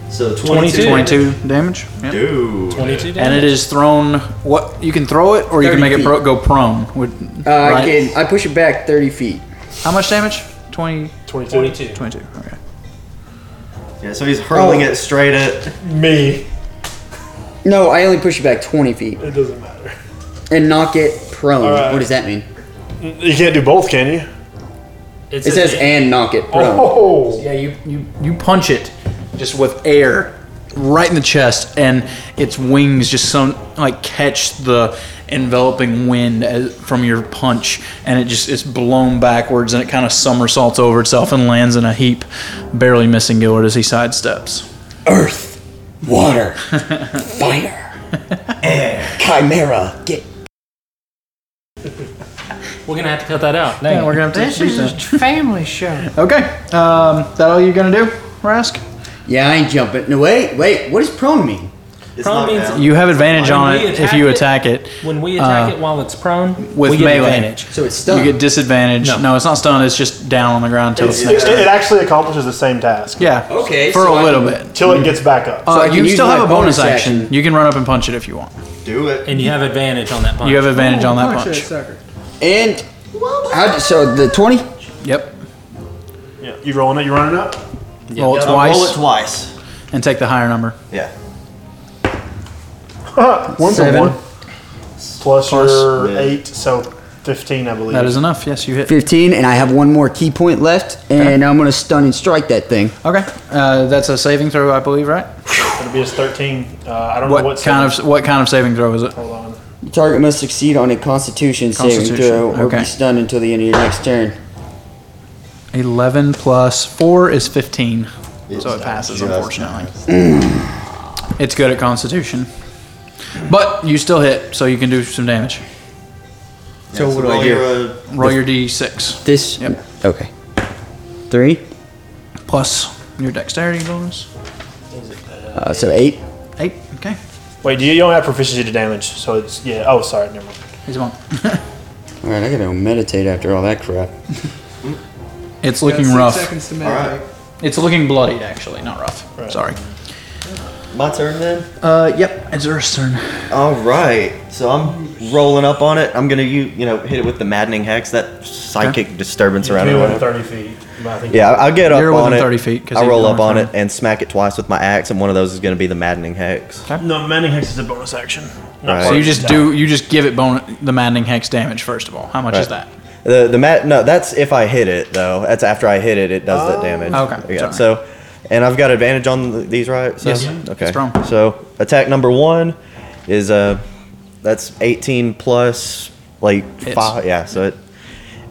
S4: So
S3: 22.
S4: 22.
S11: 22 damage. Yep.
S4: Dude.
S3: 22
S11: And it is thrown. What you can throw it, or you can
S5: 30
S11: make it
S5: feet.
S11: pro- go prone. Would,
S5: Uh, I can. I push it back 30 feet.
S11: How much damage? 20,
S6: 22.
S3: 22.
S11: 22. Okay.
S4: Yeah, so he's hurling it straight at.
S6: Me.
S5: No, I only push it back 20 feet
S6: It doesn't matter.
S5: and knock it prone.
S6: Alright.
S5: What does that mean?
S6: You can't do both, can you?
S5: It says and knock it prone.
S6: Oh.
S11: Yeah, you, you you punch it just with air right in the chest, and its wings just some like catch the enveloping wind as, from your punch, and it just it's blown backwards, and it kind of somersaults over itself and lands in a heap, barely missing Gilbert as he sidesteps.
S5: Earth, water, fire, air, chimera. Get
S3: We're gonna have to cut that out.
S11: Yeah, we're gonna have to this is a family show. Okay, um, that all you're gonna do, Rask?
S5: Yeah, I ain't jumping. No, wait, wait. What does prone mean?
S4: It's
S3: Prone
S4: not
S3: means-
S4: down.
S11: You have advantage
S3: When
S11: on
S3: we
S11: it if
S3: attack
S11: you
S3: it-
S11: attack it.
S3: When we attack
S11: Uh,
S3: it while it's prone,
S11: with
S3: we get
S11: melee.
S3: advantage.
S5: So it's stunned.
S11: You get disadvantage. No.
S3: No.
S11: it's not stunned. It's just down on the ground till it's,
S6: It,
S11: next. turn.
S6: it actually accomplishes the same task.
S11: Yeah.
S5: Okay,
S11: For
S5: so
S11: a
S5: I
S11: little
S5: can-
S11: bit.
S6: Till it gets back up.
S5: So
S11: Uh,
S5: I can
S11: you
S5: use
S11: still have
S5: my
S11: a bonus
S5: bonus
S11: action.
S5: action.
S11: You can run up and punch it if you want.
S4: Do it.
S3: And you have advantage on that punch.
S11: You have advantage on that
S12: Punch that
S11: punch.
S12: sucker.
S5: And how? d- So the 20.
S11: Yep.
S6: Yeah. You rolling it? You running up?
S11: Roll it
S4: Gotta
S11: twice
S4: Roll it twice.
S11: and take the higher number.
S4: Yeah.
S6: one
S5: Seven.
S6: for one. Plus,
S11: Plus-
S6: your
S4: Yeah.
S6: eight, so fifteen, I believe.
S11: That is enough. Yes, you hit.
S5: 15, and I have one more key point left, and I'm gonna stun and strike that thing.
S11: Okay. Uh, that's a saving throw, I believe, right?
S6: It'll be his thirteen. Uh, I don't
S11: What,
S6: know what
S11: kind
S6: sentence-
S11: of what kind of saving throw is it?
S6: Hold on.
S5: The target must succeed on a Constitution,
S11: Constitution,
S5: saving throw or
S11: okay.
S5: be stunned until the end of your next turn.
S11: Eleven plus four is fifteen. so it
S4: not
S11: passes,
S4: just
S11: unfortunately. it's good at Constitution, but you still hit, so you can do some damage.
S4: So
S5: what do I
S4: roll
S5: do?
S4: your, uh,
S11: Roll your d6
S5: This.
S11: Yep.
S5: Okay. Three.
S11: plus your dexterity bonus.
S5: Uh, so eight.
S11: Eight. Okay.
S6: Wait, you, you don't have proficiency to damage, so it's yeah. Oh, sorry, never mind.
S11: He's on.
S5: All right, I gotta meditate after all that crap.
S11: It's
S12: Got
S11: looking
S12: six
S11: rough.
S12: Seconds to make.
S4: Alright.
S11: It's looking bloodied, actually, not rough.
S6: Right.
S11: Sorry.
S4: my turn then.
S11: Uh, yep. It's Earth's turn.
S4: All right, so I'm rolling up on it. I'm gonna you you know hit it with the maddening hex that psychic disturbance around it. or whatever.
S6: thirty feet. I think
S4: Yeah, I I get up
S11: You're
S4: on
S11: within
S4: it.
S11: 30 feet, 'cause
S4: I
S11: you
S4: roll
S11: can
S4: up on
S11: run
S4: it and smack it twice with my axe, and one of those is gonna be the maddening hex.
S6: No, Manning Hex is a bonus action. Not
S4: Right.
S11: So
S6: part
S11: you
S6: of
S11: just
S6: the
S11: do you just give it bone the maddening hex damage first of all. How much is
S4: Right.
S11: that?
S4: The the mat no, that's if I hit it though. That's after I hit it, it does that damage.
S11: Okay,
S4: Yeah.
S11: sorry.
S4: So, and I've got advantage on th- these, right? So,
S11: Yes. Yeah.
S4: Okay.
S11: Strong.
S4: So attack number one is uh, that's 18 plus like
S11: Hits.
S4: five. Yeah. So it,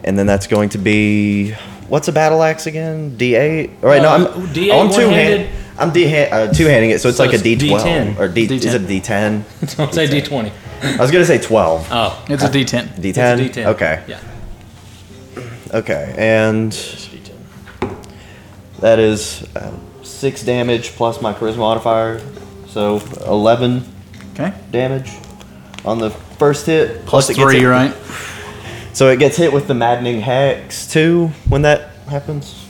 S4: and then that's going to be What's a battle axe again? D eight. All right,
S3: Uh,
S4: no, I'm
S3: D8
S4: oh, I'm two
S3: one-handed.
S4: handed. I'm D uh, two handing it, so it's
S3: So
S4: like a
S3: it's
S4: D twelve
S3: D10.
S4: or D, Is it D ten?
S3: Don't say D20.
S4: I was gonna say twelve.
S3: Oh. It's a D10.
S4: D ten.
S3: It's a D10.
S4: Okay.
S3: Yeah.
S4: Okay, and that is uh, six damage plus my charisma modifier, so eleven.
S11: Okay.
S4: Damage on the first hit.
S11: Plus
S4: it gets
S11: three,
S4: hit-
S11: right?
S4: So it gets hit with the maddening hex too when that happens.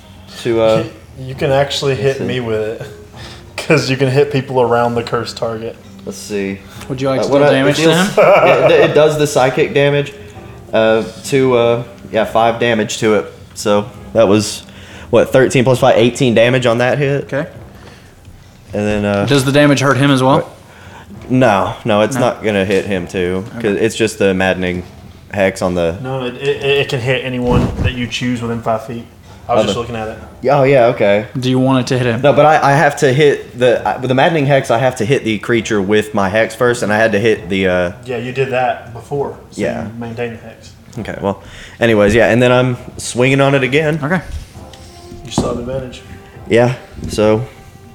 S4: To uh,
S6: You can actually hit me with it. Because you can hit people around the cursed target.
S4: Let's see.
S11: Would you like
S4: Uh,
S11: to
S4: what
S11: deal
S4: I-
S11: damage
S4: it
S11: to
S4: deals-
S11: him?
S4: yeah, it, it does the psychic damage uh, to uh, yeah five damage to it. So that was what thirteen plus five, 18 damage on that hit.
S11: Okay.
S4: And then uh,
S11: Does the damage hurt him as well?
S4: no, no, it's
S11: No.
S4: not gonna hit him too because it's just the maddening hex on the.
S6: No, it, it, it can hit anyone that you choose within five feet. I
S4: Oh,
S6: was just
S4: the-
S6: looking at it.
S4: Oh yeah, okay.
S11: Do you want it to hit him?
S4: No, but I, I have to hit the I, with the maddening hex. I have to hit the creature with my hex first, and I had to hit the. Uh,
S6: Yeah, you did that before. So
S4: Yeah.
S6: You maintain the hex.
S4: okay, well, anyways, yeah, and then I'm swinging on it again.
S11: Okay.
S6: You still have advantage.
S4: Yeah. So,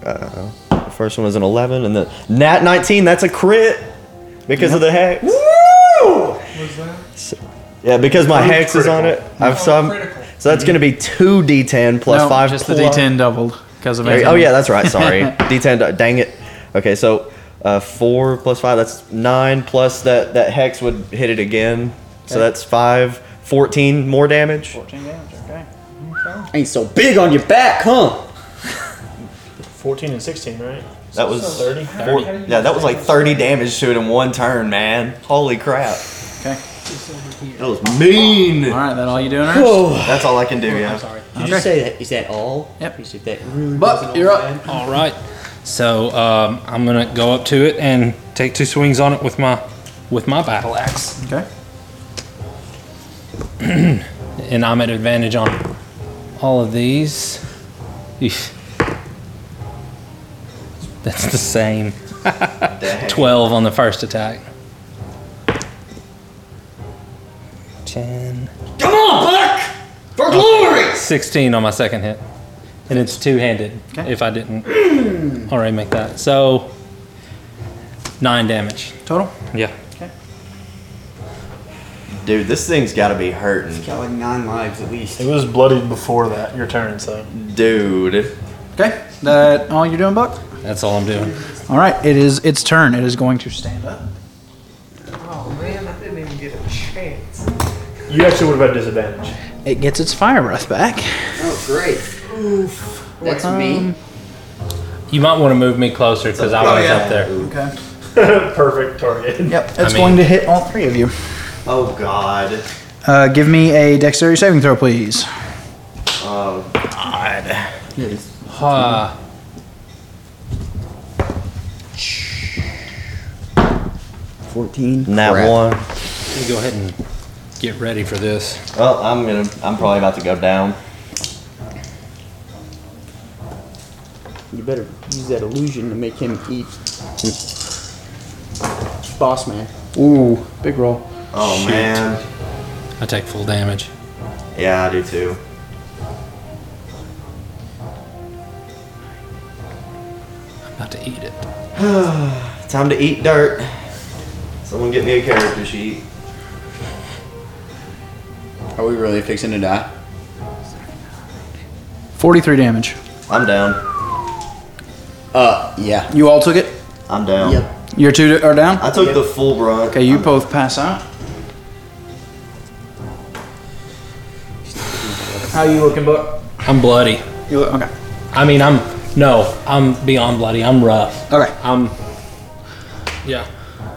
S4: uh, the first one was an 11, and the nat 19. That's a crit because of the hex. Woo!
S12: What's that?
S4: So- yeah, because my
S12: Crit-
S4: hex is on it.
S12: critical.
S4: I've so, I'm- so that's gonna be two d10 plus
S11: No,
S4: five.
S11: just the
S4: plus-
S11: D10 doubled because of
S4: There you- Oh
S11: everything.
S4: yeah, that's right. Sorry, d10. do- Dang it. Okay, so uh, four plus five. That's nine. Plus that that hex would hit it again. So
S11: Okay.
S4: that's five. 14 more damage.
S11: 14 damage. Okay.
S4: Ain't so big on your back, huh?
S6: 14 and 16, right?
S4: That
S6: So
S4: was
S6: 30.
S4: four- yeah, that was like 30 damage to it in one turn, man. Holy crap.
S11: Okay.
S4: That was mean. All
S11: right, that all you doing? Ernest?
S4: That's all I can do, yeah.
S11: Did you Okay. say
S4: that? Is that all?
S11: Yep.
S4: Is that
S11: But you're up.
S3: All right. So um, I'm gonna go up to it and take two swings on it with my with my battle axe,
S11: Okay.
S3: and I'm at advantage on all of these. Eesh. That's the same. Twelve on the first attack. Ten.
S16: Come on, Buck! For glory!
S3: Sixteen on my second hit, and it's two-handed. If I didn't already make that, so nine damage
S11: total.
S3: Yeah.
S4: Dude, this thing's gotta be hurting. It's
S5: got like nine lives at least.
S6: It was bloodied before that, your turn, so.
S4: Dude.
S11: Okay. That all you're doing, Buck?
S3: That's all I'm doing.
S11: All right. It is its turn. It is going to stand up.
S12: Oh man, I didn't even get a chance.
S6: You actually would have had disadvantage.
S11: It gets its fire breath back.
S5: Oh, great. Oof. That's me.
S3: You might want to move me closer because I
S5: Oh,
S3: was
S5: yeah.
S3: up there.
S11: Okay.
S6: Perfect target.
S11: Yep. It's
S3: I mean-
S11: going to hit all three of you.
S4: Oh, God.
S11: Uh, give me a dexterity saving throw, please.
S4: Oh, God.
S3: Huh.
S5: Fourteen.
S4: That
S5: Crap.
S4: one.
S3: You go ahead and get ready for this.
S4: Well, I'm gonna. I'm probably about to go down.
S5: You better use that illusion to make him eat. Boss man.
S11: Ooh, big roll.
S4: Oh,
S3: Shoot.
S4: man.
S3: I take full damage.
S4: Yeah, I do too.
S3: I'm about to eat it.
S4: Time to eat dirt. Someone get me a character sheet.
S5: Are we really fixing to die?
S11: 43 damage.
S4: I'm down.
S5: Uh, yeah.
S11: You all took it?
S4: I'm down.
S5: Yep.
S11: Your two are down?
S4: I took the full brunt.
S11: Okay, you both pass out. How you looking, Buck?
S3: I'm bloody.
S11: You look okay.
S3: I mean, I'm no, I'm beyond bloody. I'm rough.
S11: Okay.
S3: I'm. Yeah.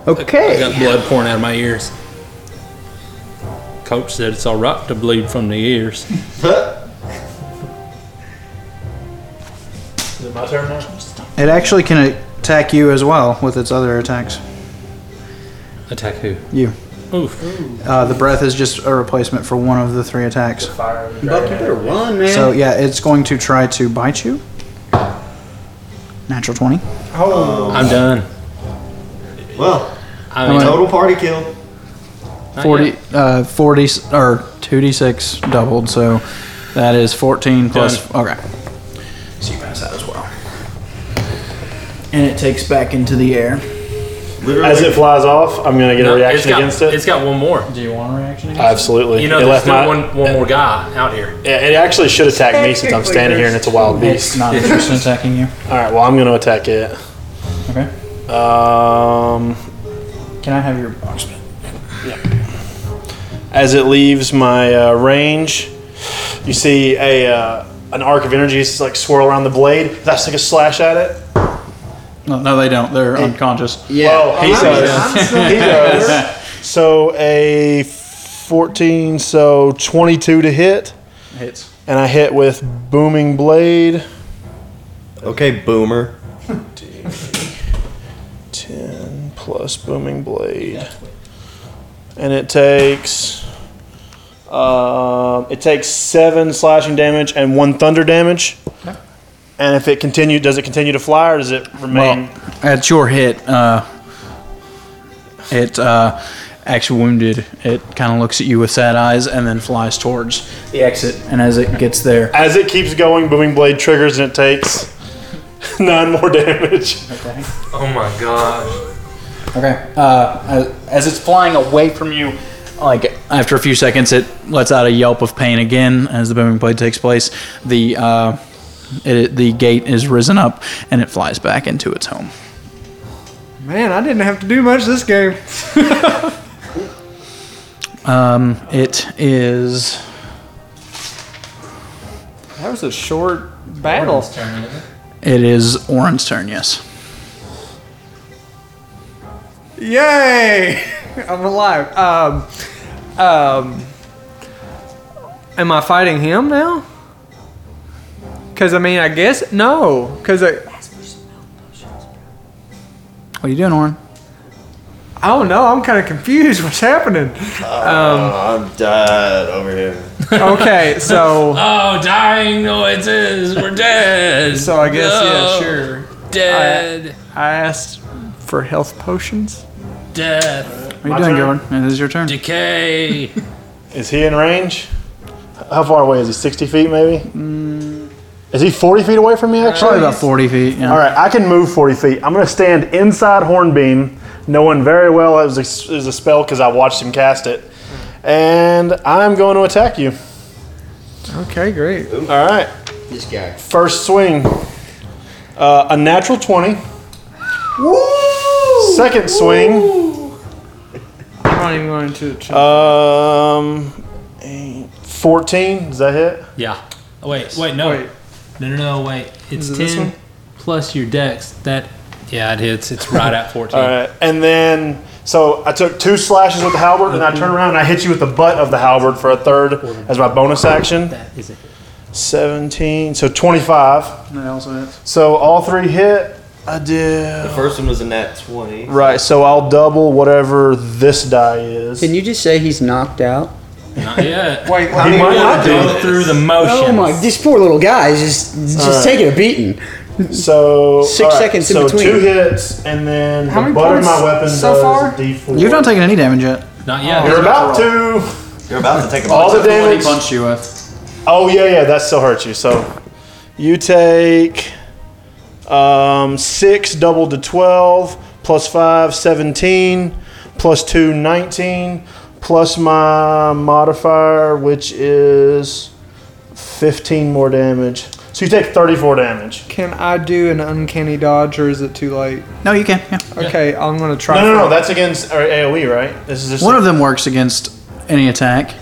S3: I
S11: Okay.
S3: got blood pouring out of my ears. Coach said it's all right to bleed from the ears.
S6: Is it my turn now?
S11: It actually can attack you as well with its other attacks.
S3: Attack who?
S11: You.
S3: Oof.
S11: Uh, the breath is just a replacement for one of the three attacks.
S5: Buck, you better run, man.
S11: So yeah, it's going to try to bite you. Natural twenty.
S5: oh.
S3: I'm done.
S4: Well,
S3: I
S11: How
S3: mean,
S11: many?
S4: total party kill.
S3: Not
S11: 40, uh, 40, s- or 2d6 doubled, so That is 14 plus.
S3: Done.
S11: Okay. So you pass that as well. And it takes back into the air.
S6: As it flies off, I'm gonna get
S3: No,
S6: a
S3: it's
S6: reaction
S3: got,
S6: against it.
S3: It's got one more. Do
S11: you want a reaction?
S6: Absolutely.
S3: You know,
S6: it
S3: there's
S6: left
S3: still
S6: my.
S3: one, one more guy out here.
S6: Yeah, it actually should attack me since I'm standing here and it's a wild beast.
S11: It's not interested in attacking you.
S6: All right. Well, I'm gonna attack it.
S11: Okay.
S6: Um,
S11: Can I have your box?
S6: as it leaves my uh, range, you see a uh, an arc of energy just like swirl around the blade. That's like a slash at it.
S11: No, no, they don't. They're unconscious.
S5: Yeah.
S6: Well, he
S11: I'm- I'm
S6: does.
S11: still
S6: he
S11: here.
S6: does. So a fourteen, so twenty-two to hit,
S11: Hits.
S6: and I hit with booming blade.
S4: Okay, boomer.
S6: 10 plus booming blade and it takes um, it takes seven slashing damage and one thunder damage and if it continue does it continue to fly or does it remain
S11: Well, at your hit, uh, it uh, actually wounded. It kind of looks at you with sad eyes and then flies towards the exit. And as it gets there,
S6: as it keeps going booming blade triggers and it takes nine more damage okay
S3: Oh my gosh.
S11: okay, uh, as- as it's flying away from you, like after a few seconds, it lets out a yelp of pain again as the booming blade takes place. The uh, it, the gate is risen up and it flies back into its home.
S12: Man, I didn't have to do much this game.
S11: Um, it is.
S12: That was a short battle.
S11: It is Orin's turn. Yes.
S12: Yay! I'm alive. Um, um, am I fighting him now? Because I mean, I guess no. Because I,
S11: What are you doing, Orin?
S12: I don't know. I'm kind of confused. What's happening?
S4: Oh, I'm dead over here.
S12: Okay, so
S3: Oh, dying noises. We're dead.
S12: so I guess
S3: No.
S12: yeah, sure.
S3: Dead.
S12: I, I asked for health potions.
S3: Death.
S11: What are you doing, Gilbert? It is your turn.
S3: Decay.
S6: is he in range how far away is he 60 feet maybe is he 40 feet away from me actually
S11: Probably about 40 feet. Yeah.
S6: All right, I can move 40 feet. I'm going to stand inside Hornbeam, knowing very well it was a, it was a spell because I watched him cast it. And I'm going to attack you.
S12: Okay, great.
S6: All right,
S5: This guy.
S6: first swing. Uh, a natural 20. Second swing.
S12: I'm not even going to. the
S6: Um, eight, 14. Does that hit?
S3: Yeah. Oh, wait, wait, no. No, no, no, wait. It's
S6: Is it this
S3: 10
S6: one?
S3: plus your dex. That, yeah, it hits. It's right at 14.
S6: All right, and then so I took two slashes with the halberd, and I turn around and I hit you with the butt of the halberd for a third as my bonus action.
S3: Is it?
S6: 17, so 25.
S11: That also hits.
S6: So all three hit. I did.
S4: The first one was a nat 20.
S6: Right, so I'll double whatever this die is.
S5: Can you just say he's knocked out?
S3: Not yet.
S12: Wait,
S6: I mean, might not do
S3: go
S6: this.
S3: through the motion.
S5: Oh my! This poor little guy is just just
S6: All right.
S5: taking a beating.
S6: So
S5: Six
S6: all right,
S5: seconds in
S6: so
S5: between.
S6: two hits, and then
S5: How
S6: the
S5: many
S6: butt of my
S5: points
S6: weapon
S5: so
S6: does
S5: far?
S6: a D4.
S11: You've not taken any damage yet.
S3: Not yet.
S6: You're about to.
S4: You're about to take a
S6: All
S4: bunch
S6: the
S4: of-
S11: What
S6: damage.
S11: he punched you with.
S6: Oh yeah, yeah, that still hurts you. So you take um, six doubled to twelve plus five, 17, plus two, 19, plus my modifier, which is fifteen more damage. So you take thirty-four damage.
S12: Can I do an uncanny dodge, or is it too late?
S11: No, you can. Yeah.
S12: Okay, I'm gonna try.
S6: No, no, no,
S12: for-
S6: that's against uh, our AOE, E, right? This is just.
S11: One of them works against any attack.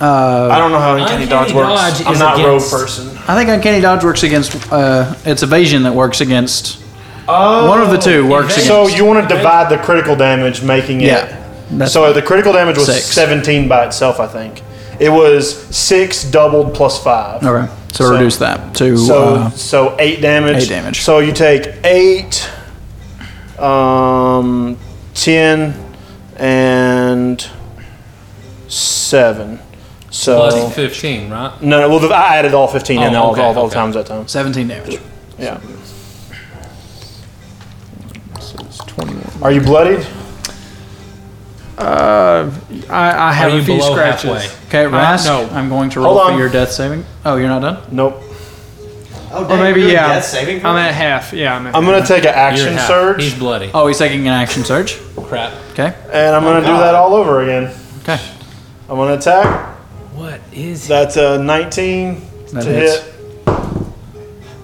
S11: Uh,
S6: I don't know how uncanny
S3: Uncanny
S6: dodge works.
S3: dodge
S6: I'm
S3: is
S6: not rogue
S3: against-
S6: person.
S11: I think uncanny dodge works against. Uh, it's evasion that works against.
S6: Oh,
S11: One of the two works
S6: So
S11: against.
S6: you want to divide the critical damage, making it.
S11: Yeah. That's
S6: so the critical damage was
S11: Six.
S6: 17 by itself, I think. It was six doubled plus five.
S11: okay. So,
S6: So-
S11: reduce that to.
S6: So
S11: uh,
S6: so eight damage.
S11: eight damage.
S6: So you take eight, um, ten, and seven. So
S3: Plus 15, right?
S6: no, no, well, the- I added all 15 in
S3: Oh,
S6: all,
S3: okay,
S6: all, all
S3: okay.
S6: times that time.
S11: 17 damage.
S6: Yeah. Are you bloodied?
S2: Uh,
S12: I,
S2: I have a few scratches.
S11: Okay, Rask,
S2: no.
S11: I'm going to
S2: Hold
S11: roll for
S2: on.
S11: your death saving. Oh, you're not done?
S6: Nope.
S4: Oh,
S2: Or maybe yeah.
S12: I'm at half. Yeah, I'm at
S6: I'm gonna take
S2: You're
S6: an action
S2: half.
S6: surge.
S2: He's bloody.
S11: Oh, he's taking an action surge.
S3: Crap.
S11: Okay.
S6: And I'm
S11: Oh,
S6: gonna do
S11: God.
S6: that all over again.
S11: Okay.
S6: I'm gonna attack.
S3: What is
S6: That's a 19
S11: That
S6: to
S11: hits.
S6: hit.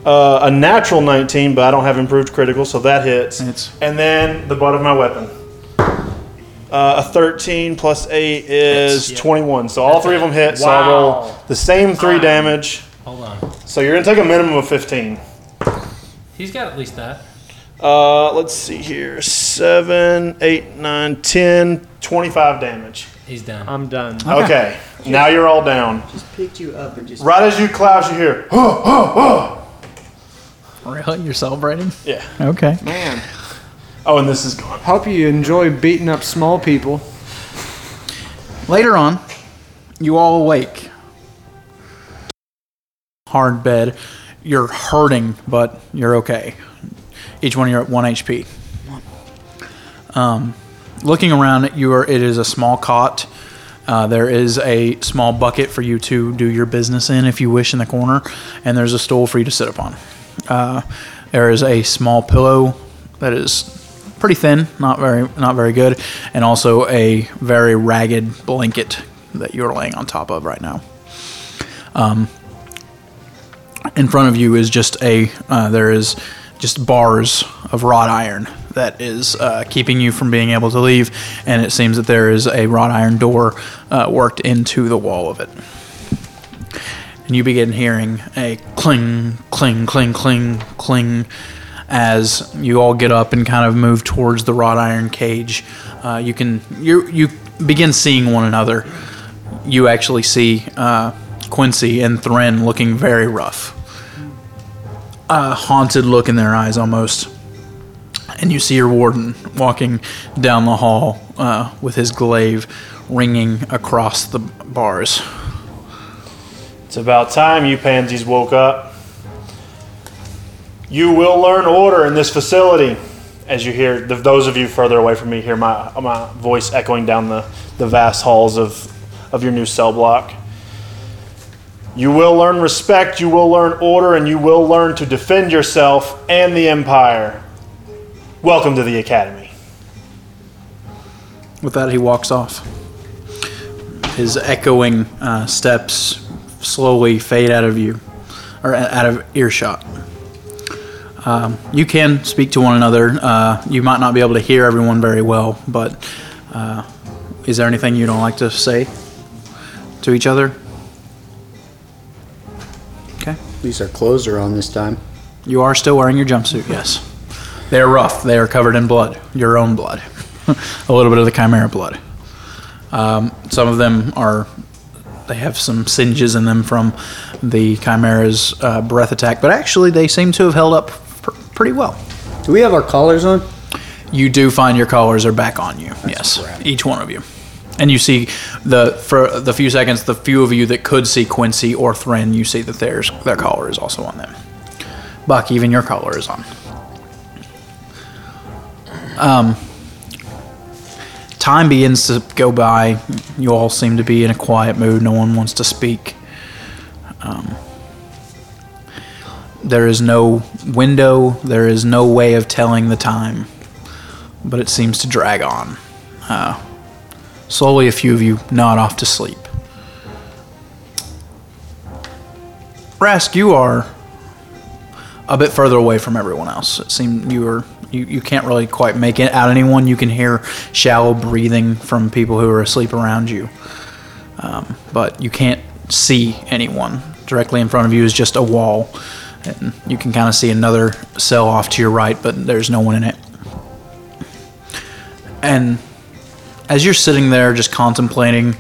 S6: Uh, a natural 19, but I don't have improved critical, so that hits. And then the butt of my weapon. Uh, a 13 plus 8 is 21. So all three of them hit. So I roll the same three damage.
S3: Hold on.
S6: So you're going to take a minimum of 15.
S3: He's got at least that.
S6: Uh, let's see here. 7, 8, 9, 10, 25 damage.
S3: He's done.
S2: I'm done.
S6: Okay. Now you're all down.
S15: Just picked you up and just.
S6: Right as you clouds, you hear, oh, oh, oh.
S11: Really? You're celebrating?
S6: Yeah.
S11: Okay.
S12: Man.
S6: Oh, and this is gone.
S12: Hope you enjoy beating up small people.
S11: Later on, you all awake. Hard bed. You're hurting, but you're okay. Each one of you are at 1 HP. Um, looking around, you are, it is a small cot. Uh, there is a small bucket for you to do your business in if you wish in the corner, and there's a stool for you to sit upon. Uh, there is a small pillow that is pretty thin, not very not very good, and also a very ragged blanket that you're laying on top of right now. Um, in front of you is just a uh, there is just bars of wrought iron that is uh, keeping you from being able to leave, and it seems that there is a wrought iron door uh, worked into the wall of it. And you begin hearing a cling, cling, cling, cling, cling as you all get up and kind of move towards the wrought iron cage. Uh, you can you you begin seeing one another. You actually see uh, Quincy and Thren looking very rough, a haunted look in their eyes almost. And you see your warden walking down the hall uh, with his glaive ringing across the bars.
S6: It's about time you pansies woke up. You will learn order in this facility. As you hear, th those of you further away from me hear my, my voice echoing down the, the vast halls of, of your new cell block. You will learn respect, you will learn order, and you will learn to defend yourself and the Empire. Welcome to the Academy.
S11: With that, he walks off. His echoing uh, steps slowly fade out of view, or o- out of earshot. Um, you can speak to one another. Uh, you might not be able to hear everyone very well, but uh, is there anything you don't like to say to each other?
S5: At least our clothes are on this time.
S11: You are still wearing your jumpsuit, yes. They're rough. They are covered in blood, your own blood, a little bit of the chimera blood. Um, some of them are, they have some singes in them from the chimera's uh, breath attack, but actually they seem to have held up pr- pretty well.
S5: Do we have our collars on?
S11: You do find your collars are back on you. yes, each one of you. And you see the for the few seconds, the few of you that could see Quincy or Thren, you see that theirs their collar is also on them. Buck, even your collar is on. Um, time begins to go by. You all seem to be in a quiet mood. No one wants to speak. Um, there is no window. There is no way of telling the time, but it seems to drag on. Uh, slowly, a few of you nod off to sleep. Rask, you are a bit further away from everyone else. It seemed you were you, you can't really quite make it out anyone. You can hear shallow breathing from people who are asleep around you, um, but you can't see anyone. Directly in front of you is just a wall, and you can kind of see another cell off to your right, but there's no one in it. And as you're sitting there, just contemplating,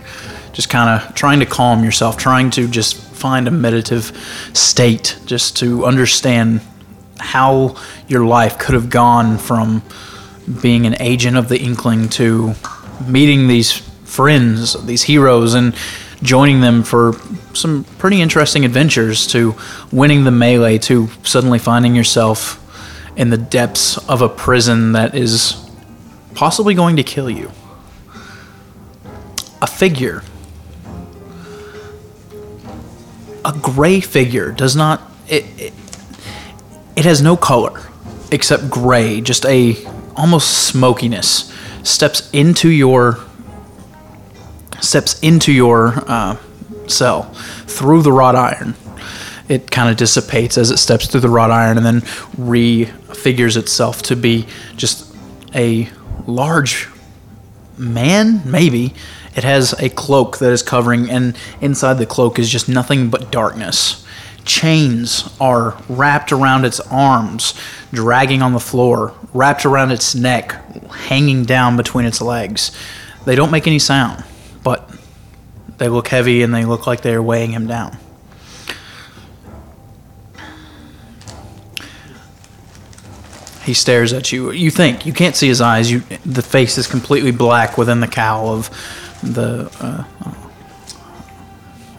S11: just kind of trying to calm yourself, trying to just find a meditative state, just to understand how your life could have gone from being an agent of the Inkling to meeting these friends, these heroes, and joining them for some pretty interesting adventures to winning the melee to suddenly finding yourself in the depths of a prison that is possibly going to kill you a figure. A gray figure does not. It, it, it has no color except gray, just a almost smokiness. Steps into your. Steps into your uh, cell through the wrought iron. It kind of dissipates as it steps through the wrought iron and then refigures itself to be just a large man, maybe. It has a cloak that is covering, and inside the cloak is just nothing but darkness. Chains are wrapped around its arms, dragging on the floor, wrapped around its neck, hanging down between its legs. They don't make any sound, but they look heavy and they look like they're weighing him down. He stares at you. You think you can't see his eyes. You, the face is completely black within the cowl of the. Uh,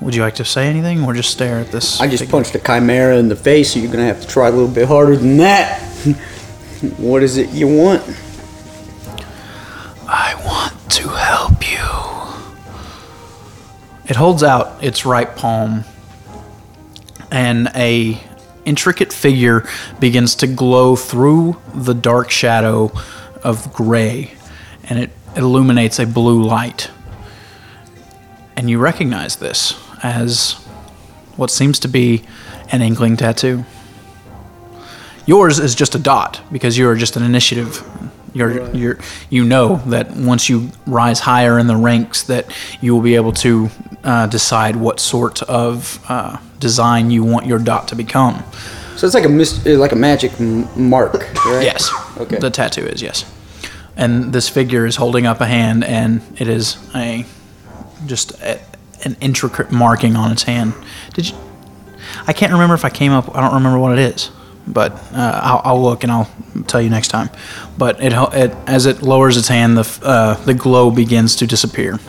S11: would you like to say anything, or just stare at this?
S5: I just punched a chimera in the face, so you're gonna have to try a little bit harder than that. what is it you want?
S11: I want to help you. It holds out its right palm, and a intricate figure begins to glow through the dark shadow of gray, and it illuminates a blue light. And you recognize this as what seems to be an inkling tattoo. Yours is just a dot because you are just an initiative. You're, you're, you know that once you rise higher in the ranks, that you will be able to uh, decide what sort of uh, design you want your dot to become.
S5: So it's like a mis- uh, like a magic m- mark, right?
S11: Yes. Okay. The tattoo is yes, and this figure is holding up a hand, and it is a just a, an intricate marking on its hand. Did you? I can't remember if I came up. I don't remember what it is, but uh, I'll, I'll look and I'll tell you next time. But it, ho- it as it lowers its hand, the f- uh, the glow begins to disappear.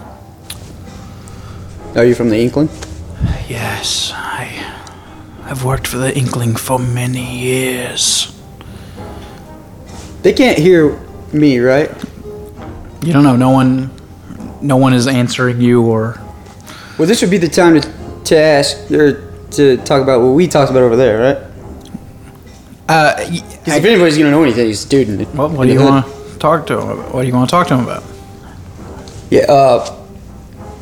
S5: Are you from the Inkling?
S11: Yes, I, I've worked for the Inkling for many years.
S5: They can't hear me, right?
S11: You don't know. No one, no one is answering you or
S5: Well, this would be the time to, to ask or to talk about what we talked about over there, right?
S11: Uh,
S5: if anybody's gonna know anything, he's a student.
S11: What, what do you want to talk to him about? What do you want to talk to him about?
S5: Yeah. Uh,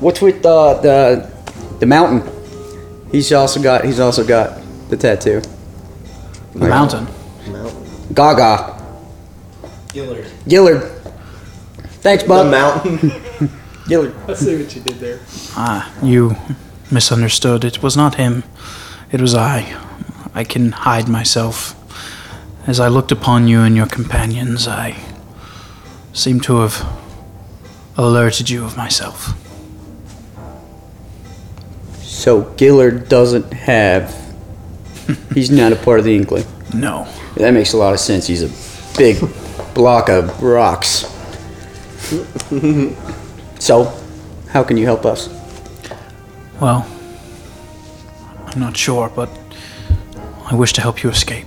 S5: what's with uh, the the mountain? He's also got. He's also got the tattoo.
S11: the mountain.
S5: Gaga.
S17: Gillard.
S5: Gillard. Thanks, bud. The
S4: mountain.
S5: Gillard.
S17: I see what you did there.
S11: Ah, you misunderstood. It was not him. It was I. I can hide myself. As I looked upon you and your companions, I seemed to have alerted you of myself.
S5: So Gillard doesn't have. He's not a part of the Inkling.
S11: No.
S5: That makes a lot of sense. He's a big block of rocks. so, how can you help us?
S11: Well, I'm not sure, but I wish to help you escape.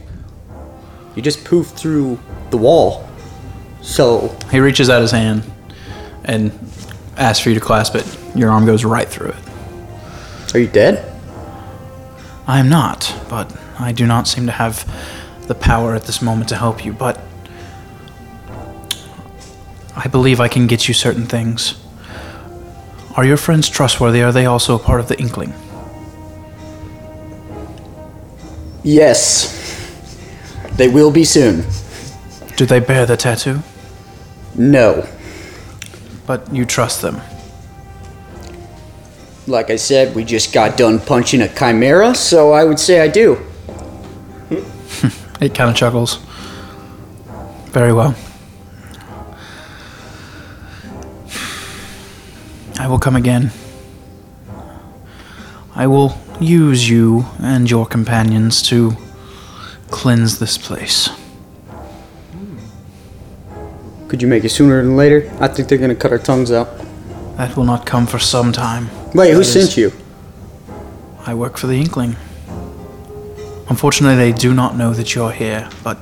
S5: You just poofed through the wall. So
S11: he reaches out his hand and asks for you to clasp it. Your arm goes right through it.
S5: Are you dead?
S11: I am not, but I do not seem to have the power at this moment to help you, but I believe I can get you certain things. Are your friends trustworthy? Are they also a part of the Inkling?
S5: Yes. They will be soon.
S11: Do they bear the tattoo?
S5: No.
S11: But you trust them.
S5: Like I said, we just got done punching a chimera, so I would say I do.
S11: It kind of chuckles. Very well. I will come again. I will use you and your companions to cleanse this place.
S5: Could you make it sooner than later? I think they're gonna cut our tongues out.
S11: That will not come for some time.
S5: Wait, who
S11: That is-
S5: sent you?
S11: I work for the Inkling. Unfortunately, they do not know that you're here, but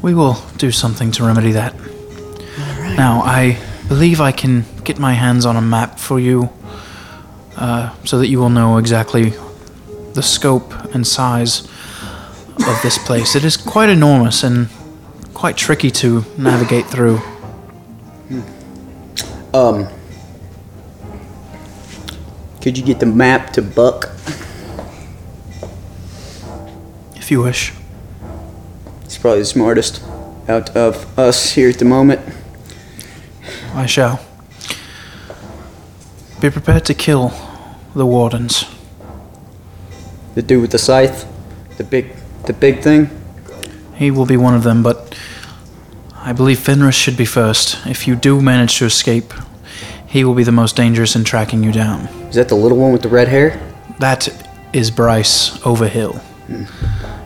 S11: we will do something to remedy that. Now, I believe I can get my hands on a map for you uh, so that you will know exactly the scope and size of this place. It is quite enormous and quite tricky to navigate through.
S5: Um, could you get the map to Buck?
S11: If you wish.
S5: He's probably the smartest out of us here at the moment.
S11: I shall. Be prepared to kill the wardens.
S5: The dude with the scythe, the big, the big thing.
S11: He will be one of them, but I believe Fenris should be first. If you do manage to escape, he will be the most dangerous in tracking you down.
S5: Is that the little one with the red hair?
S11: That is Bryce Overhill.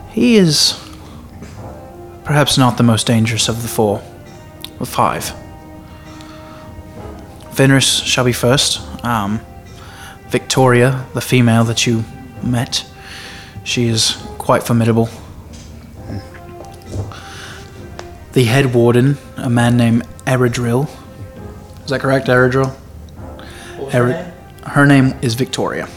S11: He is perhaps not the most dangerous of the four, or five. Fenris shall be first. Um, Victoria, the female that you met, she is quite formidable. The head warden, a man named Eridril. Is that correct, Eridril? Eri- her name is Victoria.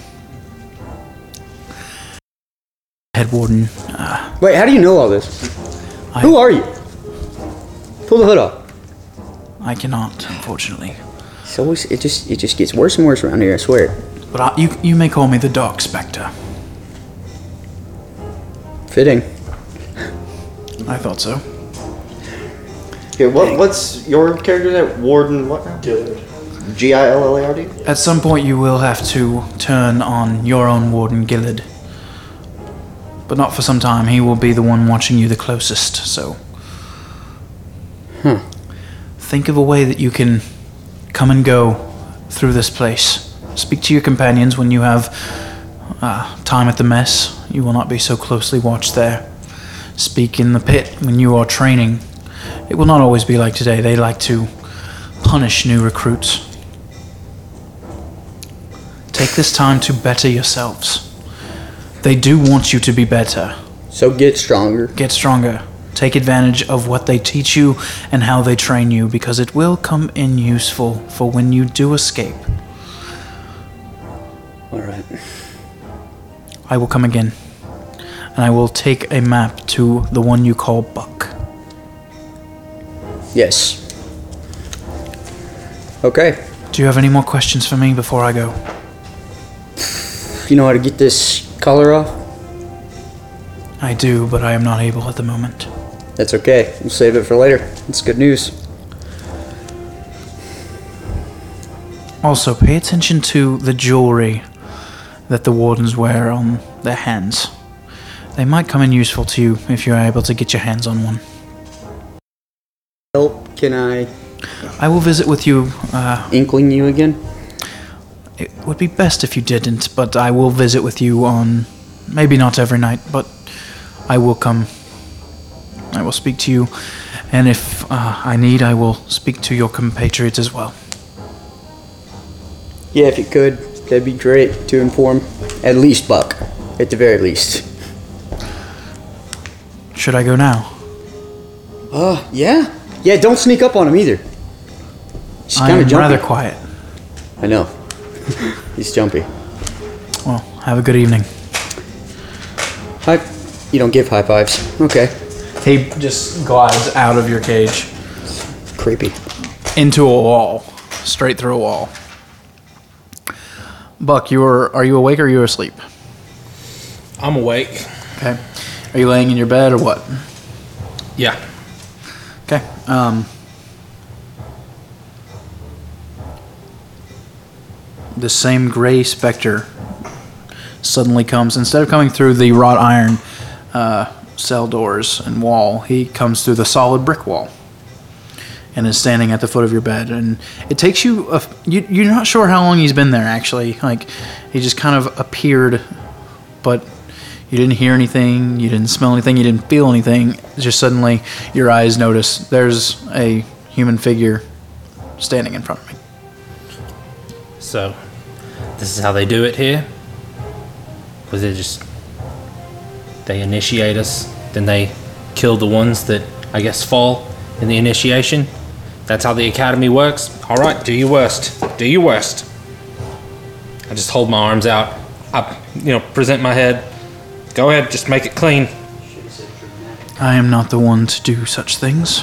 S11: Head warden. Uh,
S5: Wait, how do you know all this? Who are you? Pull the hood up.
S11: I cannot, unfortunately.
S5: It's always it just it just gets worse and worse around here. I swear.
S11: But I, you, you may call me the Dark Spectre.
S5: Fitting.
S11: I thought so.
S4: Okay, what, what's your character name? Warden what now? Gillard. G I L L A R D?
S11: At some point, you will have to turn on your own warden, Gillard. But not for some time. He will be the one watching you the closest, so.
S5: Hmm.
S11: Think of a way that you can come and go through this place. Speak to your companions when you have uh, time at the mess. You will not be so closely watched there. Speak in the pit when you are training. It will not always be like today. They like to punish new recruits. Take this time to better yourselves. They do want you to be better.
S5: So get stronger.
S11: Get stronger. Take advantage of what they teach you and how they train you because it will come in useful for when you do escape.
S5: All right.
S11: I will come again. And I will take a map to the one you call Buck.
S5: Yes. Okay.
S11: Do you have any more questions for me before I go?
S5: You know how to get this collar off?
S11: I do, but I am not able at the moment.
S5: That's okay. We'll save it for later. It's good news.
S11: Also, pay attention to the jewelry that the wardens wear on their hands. They might come in useful to you if you're able to get your hands on one.
S5: Help? Can I
S11: I will visit with you. Uh,
S5: inkling you again?
S11: It would be best if you didn't, but I will visit with you on. Maybe not every night, but I will come. I will speak to you, and if uh, I need, I will speak to your compatriots as well.
S5: Yeah, if you could, that'd be great to inform at least Buck, at the very least.
S11: Should I go now?
S5: Uh, yeah, yeah. Don't sneak up on him either. He's
S11: I
S5: kind
S11: am
S5: of jumpy.
S11: rather quiet.
S5: I know. He's jumpy.
S11: Well, have a good evening.
S5: Hi. You don't give high fives. Okay.
S11: He just glides out of your cage.
S5: Creepy.
S11: Into a wall, straight through a wall. Buck, you are are you awake or are you asleep?
S3: I'm awake.
S11: Okay. Are you laying in your bed or what?
S3: Yeah.
S11: Okay. Um, the same gray specter suddenly comes. Instead of coming through the wrought iron uh, cell doors and wall, he comes through the solid brick wall and is standing at the foot of your bed. And it takes you, a, you you're not sure how long he's been there actually. Like, he just kind of appeared, but you didn't hear anything, you didn't smell anything, you didn't feel anything. Just suddenly, your eyes notice there's a human figure standing in front of me.
S3: So, this is how they do it here. Because they just they initiate us, then they kill the ones that I guess fall in the initiation, That's how the academy works. All right, do your worst. Do your worst. I just hold my arms out. I, you know, present my head. Go ahead, just make it clean.
S11: I am not the one to do such things.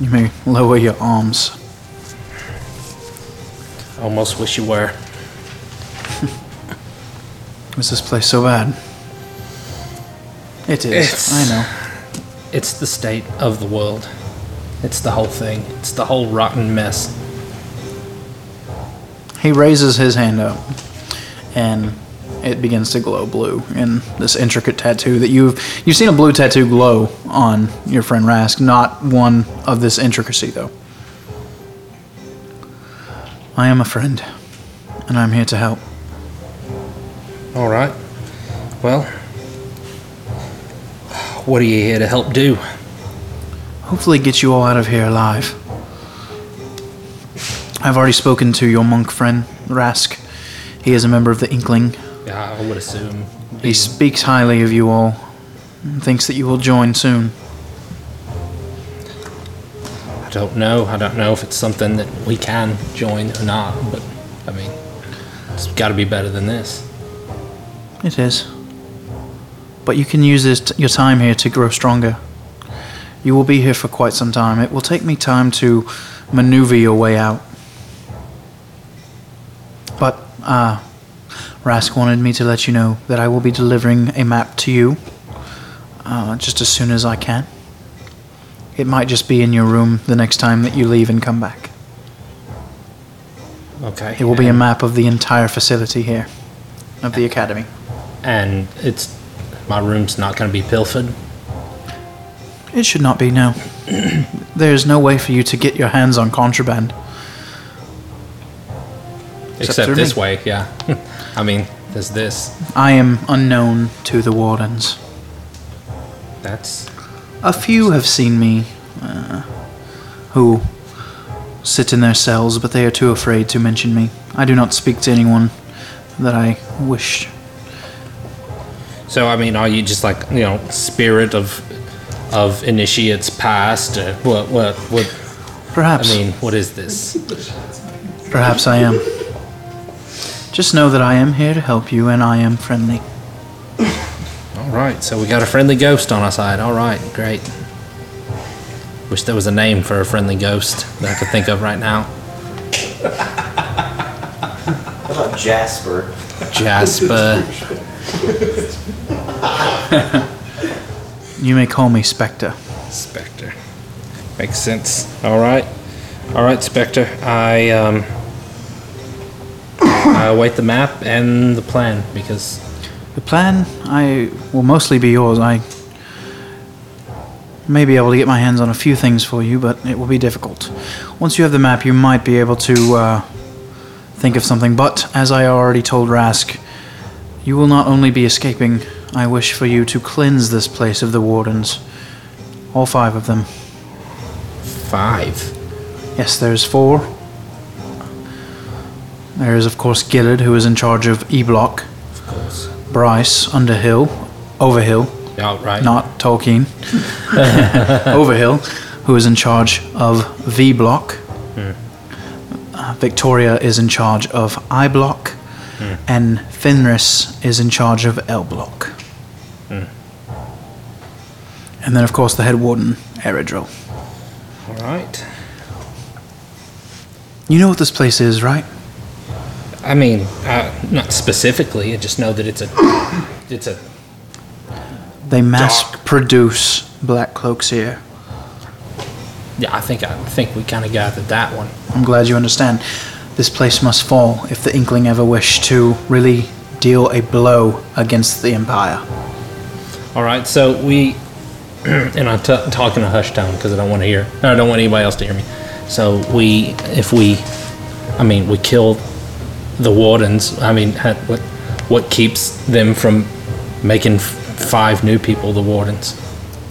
S11: You may lower your arms.
S3: Almost wish you were.
S11: Is this place so bad? It is. I know.
S3: It's the state of the world. It's the whole thing. It's the whole rotten mess.
S11: He raises his hand up, and it begins to glow blue in this intricate tattoo that you've you've seen a blue tattoo glow on your friend Rask. Not one of this intricacy, though. I am a friend, and I'm here to help.
S3: All right. Well, what are you here to help do?
S11: Hopefully, get you all out of here alive. I've already spoken to your monk friend Rask. He is a member of the Inkling.
S3: Yeah, I would assume.
S11: He speaks highly of you all and thinks that you will join soon.
S3: I don't know. I don't know if it's something that we can join or not, but I mean, it's got to be better than this.
S11: It is. But you can use this your time here to grow stronger. You will be here for quite some time. It will take me time to maneuver your way out. But, uh, Rask wanted me to let you know that I will be delivering a map to you uh, just as soon as I can. It might just be in your room the next time that you leave and come back.
S3: Okay.
S11: It will be a map of the entire facility here, of the academy.
S3: And it's my room's not going to be pilfered.
S11: It should not be, no. there is no way for you to get your hands on contraband.
S3: Except
S11: through
S3: this
S11: me.
S3: way, yeah. I mean, there's this.
S11: I am unknown to the wardens.
S3: That's
S11: A few have seen me uh, who sit in their cells, but they are too afraid to mention me. I do not speak to anyone that I wish.
S3: so. I mean, are you just like you know, spirit of of initiates past? Or what? What? What?
S11: Perhaps.
S3: I mean, what is this?
S11: Perhaps I am. Just know that I am here to help you and I am friendly.
S3: All right, so we got a friendly ghost on our side. All right, great. Wish there was a name for a friendly ghost that I could think of right now.
S4: How about Jasper?
S3: Jasper.
S11: You may call me Spectre.
S3: Spectre. Makes sense. All right. All right, Spectre. I um I await the map and the plan because
S11: The plan I will mostly be yours. I may be able to get my hands on a few things for you, but it will be difficult. Once you have the map, you might be able to uh, think of something. But as I already told Rask, you will not only be escaping. I wish for you to cleanse this place of the wardens, all five of them.
S3: five.
S11: Yes, there's four. There is, of course, Gillard, who is in charge of E Block. Of
S3: course.
S11: Bryce, Underhill, Overhill.
S3: Yeah, right.
S11: Not Tolkien. Overhill, who is in charge of V Block.
S16: Hmm.
S11: Uh, Victoria is in charge of I Block.
S16: Hmm.
S11: And Fenris is in charge of L Block.
S16: Hmm.
S11: And then, of course, the head warden, Eridril.
S3: All right.
S11: You know what this place is, right?
S3: I mean, uh, not specifically. I just know that it's a it's a
S11: They mass produce black cloaks here.
S3: yeah. I think I think we kind of gathered that one.
S11: I'm glad you understand. This place must fall if the Inkling ever wish to really deal a blow against the Empire.
S3: All right, so we, and I'm t- talking a hushed tone because I don't want to hear, I don't want anybody else to hear me. So we, if we, I mean, we kill the wardens. I mean, ha- what, what keeps them from making f- five new people the wardens?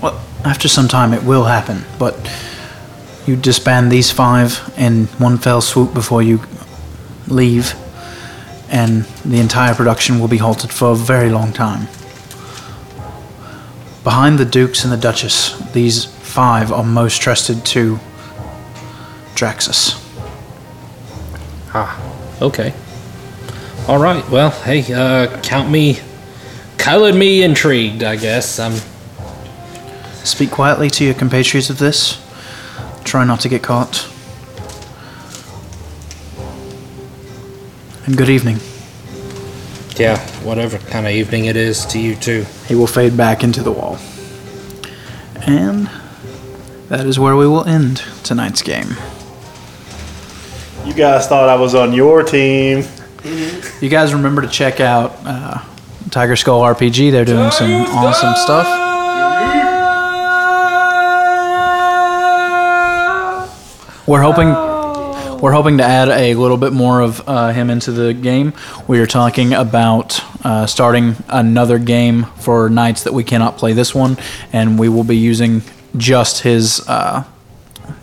S11: Well, after some time it will happen, but you disband these five in one fell swoop before you leave, and the entire production will be halted for a very long time. Behind the Dukes and the Duchess, these five are most trusted to Draxus.
S3: Ah, okay. All right. Well, hey, uh, count me, colored me intrigued. I guess I'm.
S11: Speak quietly to your compatriots of this. Try not to get caught. And good evening.
S3: Yeah, whatever kind of evening it is to you too.
S11: He will fade back into the wall. And that is where we will end tonight's game.
S6: You guys thought I was on your team.
S11: You guys remember to check out uh, Tiger Skull RPG. They're doing some awesome stuff. We're hoping we're hoping to add a little bit more of uh, him into the game. We are talking about uh, starting another game for nights that we cannot play this one, and we will be using just his uh,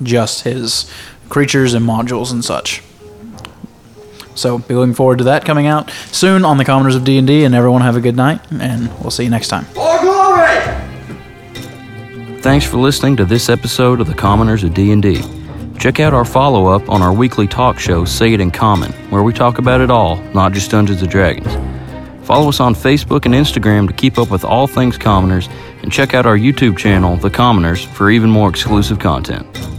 S11: just his creatures and modules and such. So be looking forward to that coming out soon on the Commoners of D and D. And everyone have a good night, and we'll see you next time.
S1: Thanks for listening to this episode of The Commoners of D&D. Check out our follow-up on our weekly talk show Say It in Common, where we talk about it all, not just Dungeons and Dragons. Follow us on Facebook and Instagram to keep up with all things Commoners and check out our YouTube channel, The Commoners, for even more exclusive content.